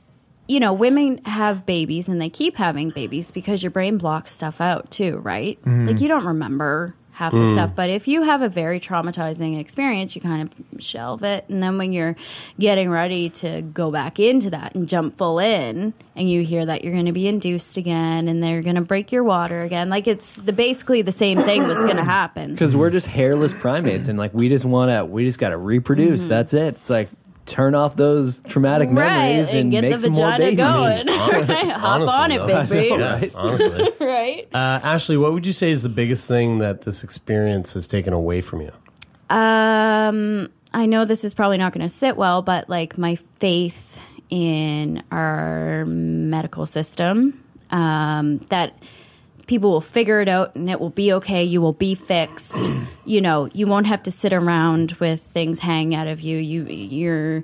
E: you know, women have babies and they keep having babies because your brain blocks stuff out too, right?
G: Mm-hmm.
O: Mhm.
E: Like you don't remember half the
O: Mm.
E: stuff, but if you have a very traumatizing experience, you kind of shelve it. And then when you're getting ready to go back into that and jump full in, and you hear that you're going to be induced again and they're going to break your water again, like it's the, basically the same thing was going to happen.
G: because we're just hairless primates and like we just want to we just got to reproduce
E: Mhm.
G: that's it it's like turn off those traumatic memories
E: and
G: and,
E: get
G: make
E: the
G: some more
E: vagina
G: babies
E: going. Right? Hop
C: honestly,
E: on
C: though.
E: it, big
C: Yeah,
E: baby.
C: honestly.
E: right?
C: Uh, Ashley, what would you say is the biggest thing that this experience has taken away from you?
E: Um, I know this is probably not going to sit well, but like my faith in our medical system, um, that people will figure it out and it will be okay. You will be fixed. you know, you won't have to sit around with things hanging out of you. You, you're,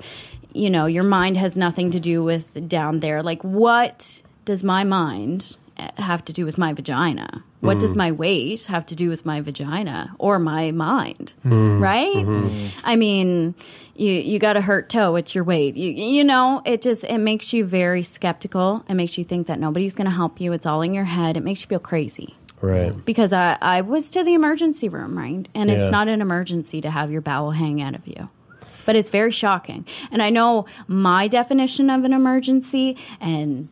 E: you know, your mind has nothing to do with down there. Like, what does my mind eh, have to do with my vagina? What does
O: Mm.
E: my weight have to do with my vagina or my mind?
O: Mm.
E: Right?
O: Mhm.
E: I mean, you you got a hurt toe, it's your weight. You you know, it just it makes you very skeptical. It makes you think that nobody's going to help you. It's all in your head. It makes you feel crazy.
C: Right.
E: Because I I was to the emergency room, right? And
O: Yeah.
E: it's not an emergency to have your bowel hang out of you. But it's very shocking. And I know my definition of an emergency and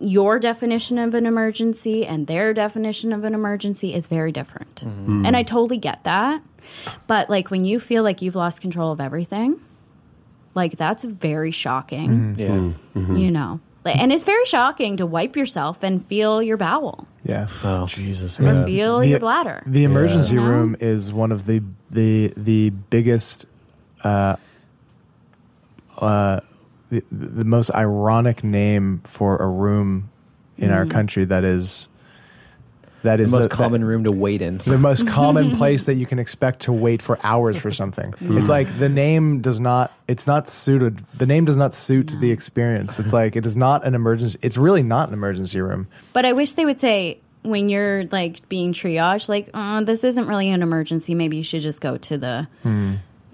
E: your definition of an emergency and their definition of an emergency is very different.
O: Mhm.
E: And I totally get that. But like when you feel like you've lost control of everything, like that's very shocking.
O: Yeah.
E: You know. Like, And it's very shocking to wipe yourself and feel your bowel.
H: Yeah.
C: Oh Jesus.
E: And man. feel your bladder.
H: The
E: Yeah.
H: emergency
E: You know?
H: room is one of the the the biggest, uh, uh, the, the most ironic name for a room in
G: Mhm.
H: our
E: Hmm.
H: country that is that
G: the
H: is
G: most
H: that-
G: common room to wait in
H: the most common place that you can expect to wait for hours for something.
E: Hmm.
G: Mm.
H: It's like the name does not it's not suited the name does not suit the experience. It's like it is not an emergency it's really not an emergency room.
E: But I wish they would say when you're
G: Hmm.
E: like being triaged, like, uh, this isn't really an emergency. Maybe you should just go to the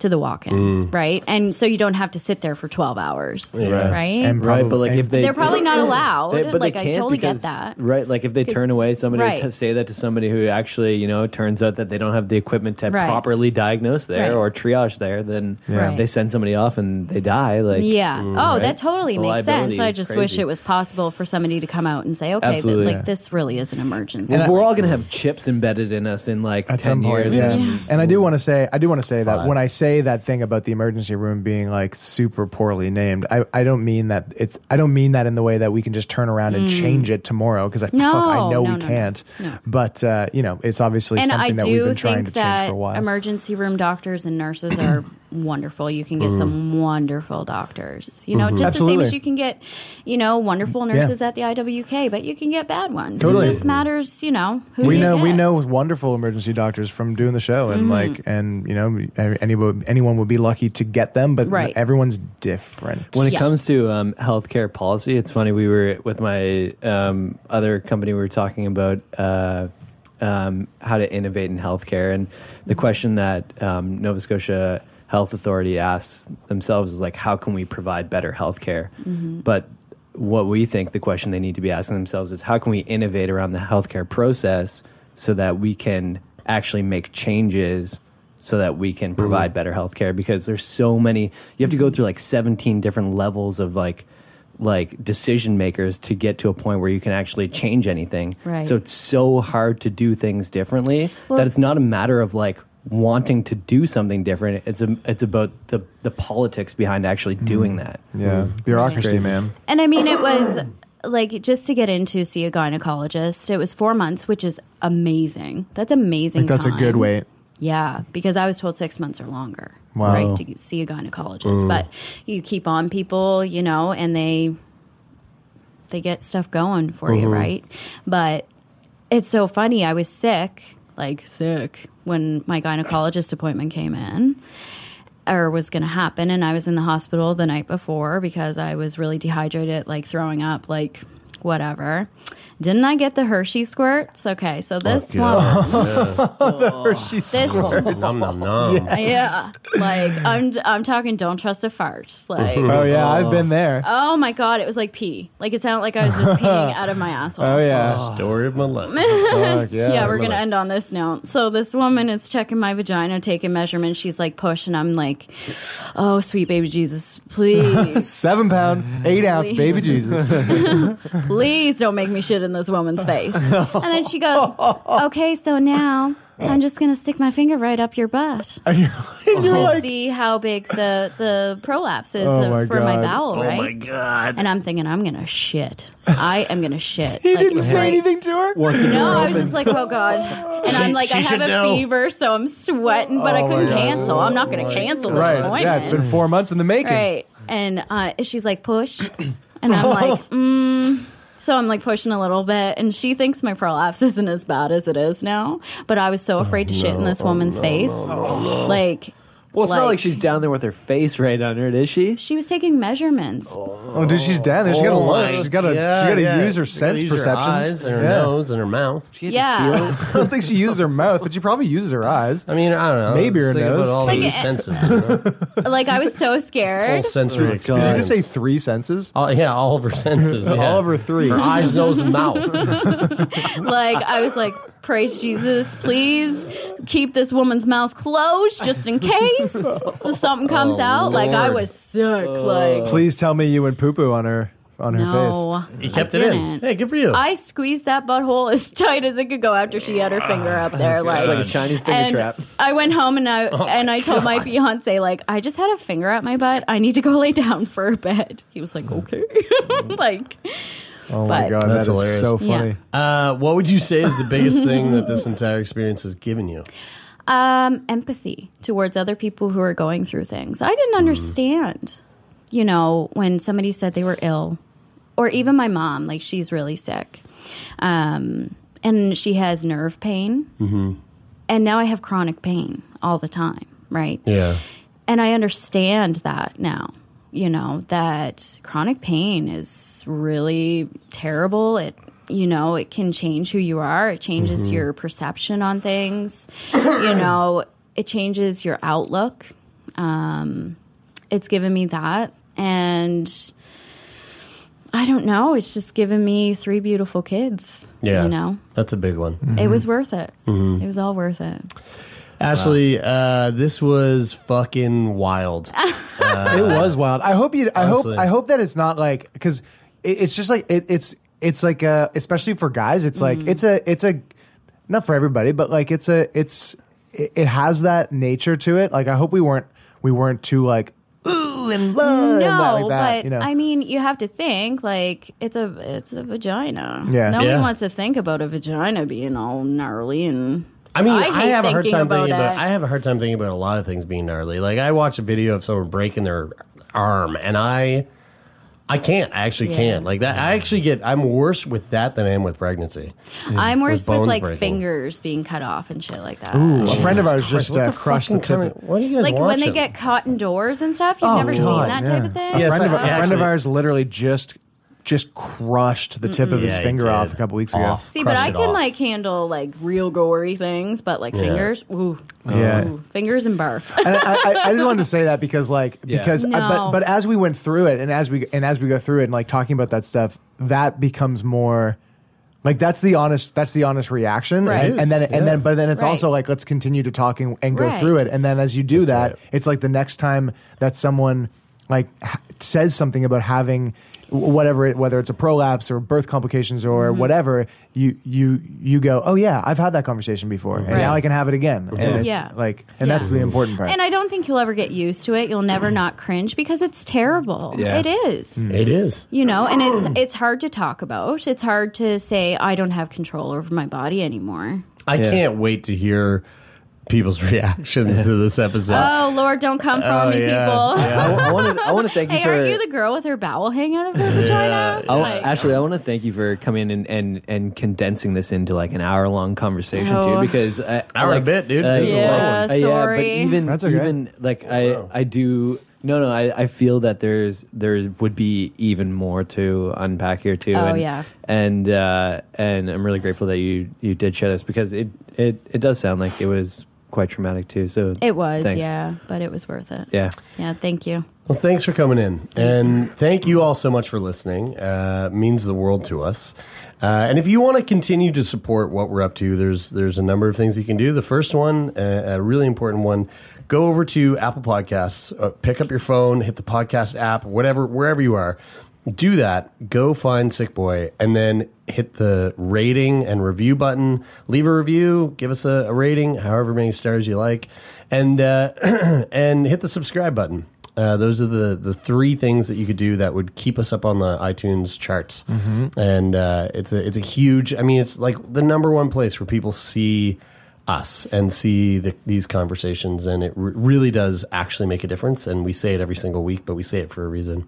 E: to the walk-in,
G: Mm.
E: right? And so you don't have to sit there for 12 hours, right?
G: right, but like if they
E: They're probably not allowed.
G: They- but
E: like
G: they
E: I
G: can't
E: totally get
G: because-
E: that.
G: Right, like if they
E: Could-
G: turn away somebody, or
E: Right.
G: t- say that to somebody who actually, you know, it turns out that they don't have the equipment to
E: Right.
G: properly diagnose there
E: Right.
G: or triage there, then
E: Yeah. Right.
G: they send somebody off and they die. Like,
E: yeah.
G: mm,
E: oh,
G: right?
E: that totally
G: The
E: makes sense.
G: liability
E: I
G: is
E: just
G: crazy.
E: wish it was possible for somebody to come out and say, okay, but
G: Absolutely.
E: like
G: Yeah.
E: this really is an emergency.
G: Well, we're all gonna have chips embedded in us in like ten
H: at some point.
G: years.
H: Yeah.
G: and-
H: And I do want to say, I do want to say
G: Five.
H: that when I say that thing about the emergency room being like super poorly named, I, I don't mean that it's, I don't mean that in the way that we can just turn around and
E: Mm.
H: change it tomorrow because I,
E: No,
H: fuck, I know
E: no,
H: we
E: no,
H: can't. But, uh, you know, it's obviously
E: and I
H: something that we've
E: do
H: been trying to
E: think
H: change
E: that
H: for a while.
E: emergency room doctors and nurses are wonderful. You can get
H: Mhm.
E: some wonderful doctors. You know,
H: Mhm.
E: just the same as
H: Absolutely.
E: you can get, you know, wonderful
H: Yeah.
E: nurses at the IWK, but you can get bad ones.
H: Totally.
E: It just matters, you know, who
H: we
E: you
H: know
E: get.
H: we know wonderful emergency doctors from doing the show and
E: Mhm.
H: like and you know anyone anyone would be lucky to get them but
E: Right.
H: everyone's different
G: When it comes to um, healthcare policy, it's funny. We were with my um, other company. We were talking about uh, um, how to innovate in healthcare, and the question that um, Nova Scotia Health Authority asks themselves is like, "How can we provide better healthcare?"
O: Mhm.
G: But what we think the question they need to be asking themselves is, "How can we innovate around the healthcare process so that we can actually make changes?" so that we can
H: Mm-hmm.
G: provide better healthcare because there's so many you have to go through like 17 different levels of like like decision makers to get to a point where you can actually change anything
O: Right.
G: so it's so hard to do things differently
O: Well-
G: that it's not a matter of like wanting to do something different it's a, it's about the the politics behind actually doing that
H: yeah bureaucracy
G: Mm. Crazy.
H: man
E: And I mean, it was like just to get in to see a gynecologist. It was four months, which is amazing. That's amazing.
H: like that's a
E: time.
H: good wait
E: Yeah, because I was told six months or longer.
H: Wow.
E: Right to see a gynecologist,
H: Mm.
E: but you keep on people, you know, and they they get stuff going for you,
P: Mhm.
E: right? But it's so funny. I was sick, like sick, when my gynecologist appointment came in or was going to happen. And I was in the hospital the night before because I was really dehydrated, like throwing up, like whatever. Didn't I get the Hershey squirts? Okay, so this
C: Okay.
E: one.
H: the Hershey
E: This-
C: squirts. Nom, nom, nom.
E: Yeah, like I'm, I'm talking. Don't trust a fart. Like,
H: oh yeah i've been there
E: Oh my god, it was like pee. Like it sounded like I was just peeing out of my asshole.
H: oh yeah
C: story of my life
H: Fuck,
E: yeah,
H: yeah.
E: we're gonna end on this note. So this woman is checking my vagina, taking measurements. She's like push, and I'm like, oh sweet baby Jesus, please,
H: seven pound eight ounce baby jesus
E: please don't make me shit in this woman's face. And then she goes, okay, so now I'm just gonna stick my finger right up your butt
H: And you're-
E: to
H: and you're like,
E: see how big the the prolapse is
H: Oh
E: of-
H: my
E: for my
H: God.
E: bowel,
H: Oh my
E: right?
H: God.
E: And I'm thinking, I'm gonna shit. I am gonna shit.
H: he
E: Like,
H: didn't say
E: right-
H: anything to her
G: Once the
E: no,
G: door
E: I was
G: opens.
E: just like, oh god, and I'm
G: She-
E: like, I
G: she
E: have
G: should
E: a
G: know.
E: fever, so I'm sweating, but I
H: Oh my
E: couldn't
H: God.
E: cancel. I'm not going
G: Oh
E: to cancel this
H: right
E: appointment.
H: yeah it's been four months in the making
E: Right, and uh, she's like, push, and I'm like, mm. so I'm like pushing a little bit, and she thinks my prolapse isn't as bad as it is now, but I was
H: Oh
E: so afraid to shit in this woman's face, like.
G: well it's not
E: like-
G: like she's down there with her face right under it is she
E: She was taking measurements.
H: oh dude she's down there she's gotta
G: Oh
H: look
G: my
H: she's gotta
G: God.
H: she gotta
G: Yeah.
H: use her
G: She
H: sense
G: gotta use her
H: perceptions
C: eyes and her nose and her mouth
E: Yeah.
H: I don't think she uses her mouth, but she probably uses her eyes. I
C: mean, I don't know.
H: Maybe her
C: Just think about
H: nose.
C: all
E: Like
C: these
E: it-
C: senses
E: Like, I was so scared.
C: sensory
G: Oh,
H: Did you just
C: experience.
H: say three senses?
C: Oh yeah, all of her senses. Yeah.
H: All of her three.
C: Her eyes, nose, and mouth.
E: like I was like, praise Jesus, please keep this woman's mouth closed just in case something comes
H: Oh,
E: out. Like I
H: Lord.
E: was sick. like
H: Please tell me you went poo poo on her on
E: No,
H: her face.
E: You kept I it in. didn't. Hey,
H: good
E: I squeezed that butthole as tight as it could go after she had her finger up there. Like,
G: It's like a Chinese finger
E: and
G: trap.
E: I went home and I
G: Oh
E: and
G: my
E: I told my
G: God.
E: fiance like I just had a finger up my butt. I need to go lay down for a bed. He was
G: Mm.
E: like, okay, like
H: oh my god, that's so funny.
C: Uh, what would you say is the biggest thing that this entire experience has given you?
E: um, empathy towards other people who are going through things. I
P: Mm.
E: didn't understand, you know, when somebody said they were ill, or even my mom, like she's really sick, um, and she has nerve pain,
P: Mm-hmm.
E: and now I have chronic pain all the time, right?
P: Yeah.
E: And I understand that now, you know, that chronic pain is really terrible. It, you know, it can change who you are, it changes
P: Mhm.
E: your perception on things, you know, it changes your outlook. um, it's given me that. And I don't know. It's just given me three beautiful kids.
C: Yeah.
E: You know,
C: That's a big one.
H: Mm.
E: it was worth it.
C: Mhm.
E: It was all worth it.
C: Ashley, uh, this was fucking wild. Uh,
H: it was wild. I hope you. I
C: Honestly.
H: hope. I hope that it's not like because it, it's just like it, it's it's like uh especially for guys. It's like it's a it's a not for everybody, but like it's a it's it, it has that nature to it. Like I hope we weren't we weren't too like ooh and love and that,
E: No,
H: like that.
E: but
H: you know,
E: I mean, you have to think like it's a it's a vagina.
H: Yeah.
E: no
H: Yeah.
E: one wants to think about a vagina being all gnarly and.
C: I mean, I,
E: hate
C: have a hard time thinking about.
E: it.
C: I have a hard time thinking about a lot of things being gnarly. Like I watch a video of someone breaking their arm, and I, I can't. I actually
E: Yeah.
C: can't. Like that. I actually get. I'm worse with that than I am with pregnancy.
E: I'm worse with,
C: bones
E: like
C: breaking.
E: fingers being cut off and shit like that.
C: Ooh,
H: a friend of ours just
C: What
H: uh,
C: the
H: crushed the
C: fucking
H: tip.
C: kind of- what are you guys
E: like when they
C: watching?
E: get caught indoors and stuff. You've never seen that type of thing.
H: Oh, A, friend, of, a
C: I-
H: friend of
C: actually-
H: ours literally just just crushed the tip of
C: Mm-mm.
H: his
C: Yeah, he
H: finger off
C: did.
H: a couple weeks ago.
C: Off.
E: See, but
C: Crush
E: I
C: it
E: can
C: off.
E: like handle like real gory things, but like
H: Yeah.
E: fingers, ooh,
H: Yeah.
E: ooh, fingers and barf.
H: and I, I, I just wanted to say that because like
E: Yeah.
H: because uh,
E: No.
H: but but as we went through it and as we and as we go through it and like talking about that stuff that becomes more like that's the honest that's the honest reaction
G: Right.
H: and,
G: It is,
H: and then and then
G: yeah.
H: but then it's
G: Right.
H: also like let's continue to talking and go
G: Right.
H: through it and then as you do that it's like the next time that someone like h- says something about having w- whatever it, whether it's a prolapse or birth complications or
E: Mm-hmm.
H: whatever you you you go oh yeah I've had that conversation before and
E: Right.
H: now I can have it again and it's
E: Yeah.
H: like and that's the important part
E: And I don't think you'll ever get used to it. You'll never not cringe because it's terrible. It is.
C: It is.
E: You know, and
C: Oh.
E: it's it's hard to talk about. It's hard to say I don't have control over my body anymore.
C: I can't wait to hear people's reactions to this episode.
E: oh Lord, don't come for
C: Uh, Oh,
E: me,
C: yeah,
E: people.
G: I want to. I want to thank you
E: hey,
G: for.
E: aren't you the girl with her bowel hanging out of her vagina?
G: I wa-
E: Like-
G: Ashley, I want to thank you for coming in and, and condensing this into like an hour long conversation
E: Oh.
G: too, because I, I
C: Hour and a
G: like,
C: bit, dude.
G: uh,
C: This is a long
G: yeah,
C: one.
G: uh, yeah, but
C: sorry.
G: even
C: That's okay.
G: even like
C: Oh,
G: I I do no no I, I feel that there's there would be even more to unpack here too.
E: Oh,
G: and,
E: yeah.
G: and uh, and I'm really grateful that you you did share this because it it it does sound like it was quite traumatic too. So
E: It was,
G: thanks.
E: yeah, but it was worth it.
G: yeah.
E: Yeah, thank you.
C: Well, thanks for coming in. And thank you all so much for listening. Uh, it means the world to us. Uh, and if you want to continue to support what we're up to, there's there's a number of things you can do. The first one, uh, a really important one, go over to Apple Podcasts, uh, pick up your phone, hit the podcast app, whatever, wherever you are. Do that. Go find Sick Boy, and then hit the rating and review button. Leave a review, give us a, a rating, however many stars you like, and uh, and hit the subscribe button. Uh, those are the, the three things that you could do that would keep us up on the iTunes charts,
H: Mhm.
C: and uh, it's a it's a huge. I mean, it's like the number one place where people see us and see the, these conversations, and it re- really does actually make a difference. And we say it every single week, but we say it for a reason.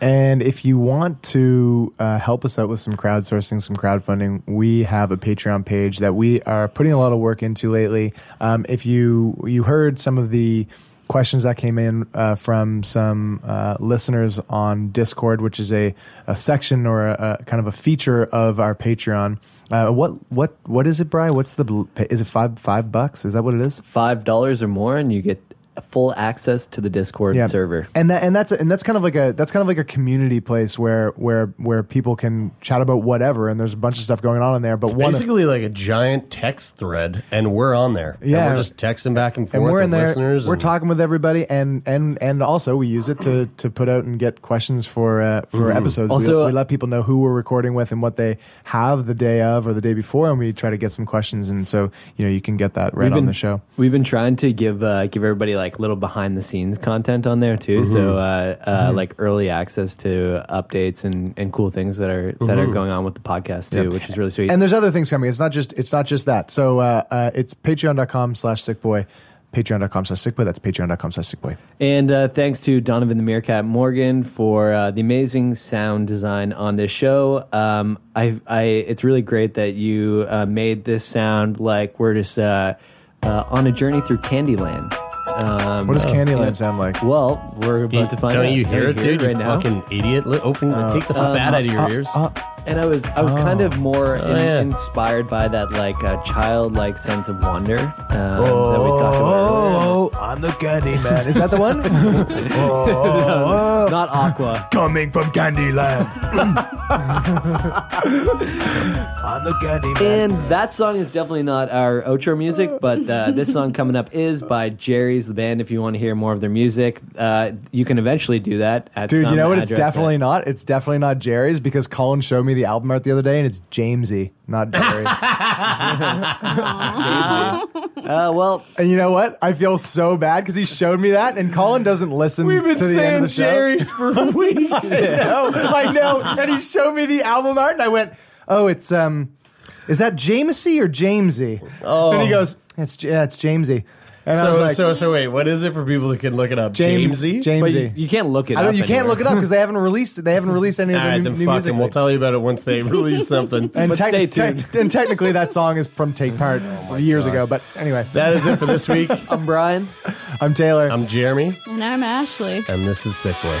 H: And if you want to uh, help us out with some crowdsourcing, some crowdfunding, we have a Patreon page that we are putting a lot of work into lately. Um, if you you heard some of the questions that came in uh, from some uh, listeners on Discord, which is a, a section or a, a kind of a feature of our Patreon. Uh, what what what is it, Bry? What's the bl- is it five five bucks? Is that what it is?
G: Five dollars or more, and you get full access to the Discord
H: Yeah.
G: server.
H: and that and that's and that's kind of like a that's kind of like a community place where where where people can chat about whatever and there's a bunch of stuff going on in there but
C: It's
H: one
C: basically like a giant text thread, and we're on there. And
H: Yeah.
C: we're just texting back and
H: and
C: forth.
H: we're in
C: with
H: there
C: Listeners
H: we're
C: and-
H: talking with everybody and and and also we use it to to put out and get questions for uh, for
C: Mm-hmm.
G: Mhm.
H: episodes We-
G: Also-
H: we,
C: uh,
H: let people know who we're recording with and what they have the day of or the day before and we try to get some questions and so you know you can get that right
G: We've
H: on
G: been-
H: the show
G: We've been trying to give uh, give everybody like little behind the scenes content on there too, so
C: Mm-hmm.
G: uh, uh,
H: Mhm.
G: like early access to updates and, and cool things that are that are
H: Mhm.
G: going on with the podcast too,
H: Yep.
G: which is really sweet.
H: And there's other things coming. It's not just it's not just that. So uh, uh, it's patreon.com slash sickboy. Patreon.com slash sickboy. That's patreon.com slash sickboy.
G: And uh, thanks to Donovan the Meerkat Morgan for uh, the amazing sound design on this show. Um, I, I, it's really great that you uh, made this sound like we're just uh, uh, on a journey through Candyland. Um,
H: What does
G: uh,
H: Candyland
G: you know-
H: sound like?
G: Well, we're about to find
C: Don't
G: out.
C: you hear it,
G: Don't you
C: dude? you fucking idiot! Let- Open,
G: Uh,
C: take the fat out of your ears.
H: uh,
G: and I was uh, I was kind
C: Oh.
G: of more
C: Oh,
G: in-
C: yeah.
G: inspired by that like uh, childlike sense of wonder um, that we
C: Oh,
G: talked about. earlier.
H: Oh, I I'm the Candy Man. Is that the one?
C: Oh.
G: Not Aqua.
H: Coming from Candyland. I'm the Candy
G: And that song is definitely not our outro music, but uh, this song coming up is by Jerry's the band. If you want to hear more of their music, uh, you can eventually do that. At
H: Dude, you
G: some
H: know what? It's
G: address
H: definitely not. It's definitely not Jerry's because Colin showed me the album art the other day, and it's Jamesy, not Jerry.
G: uh, well,
H: and you know what? I feel so bad because he showed me that, and Colin doesn't listen.
O: We've been
H: to the end of
O: saying
H: the show.
O: Jerry's for weeks.
H: I know, I know. And he showed me the album art, and I went, "Oh, it's um, is that Jamesy or Jamesy?"
C: Oh.
H: and he goes, "It's yeah, it's Jamesy." E." And I
C: so,
H: was like,
C: so so wait, what is it for people who can look it up?
H: James-
C: Jamesy,
H: Jamesy. But you- you
G: can't look
H: I don't- you can't look it up because they haven't released it. They haven't released any
C: All
H: of their
C: right,
H: new,
C: then
H: new
C: fuck
H: music.
C: them. We'll tell you about it once they release something.
H: And, tec- te- and technically, that song is from Take Part
C: Oh
H: years ago. But anyway,
C: that is it for this week.
Q: Um,
G: I'm Brian.
H: I'm Taylor.
C: I'm Jeremy.
E: And I'm Ashley.
C: And this is Sick Boy.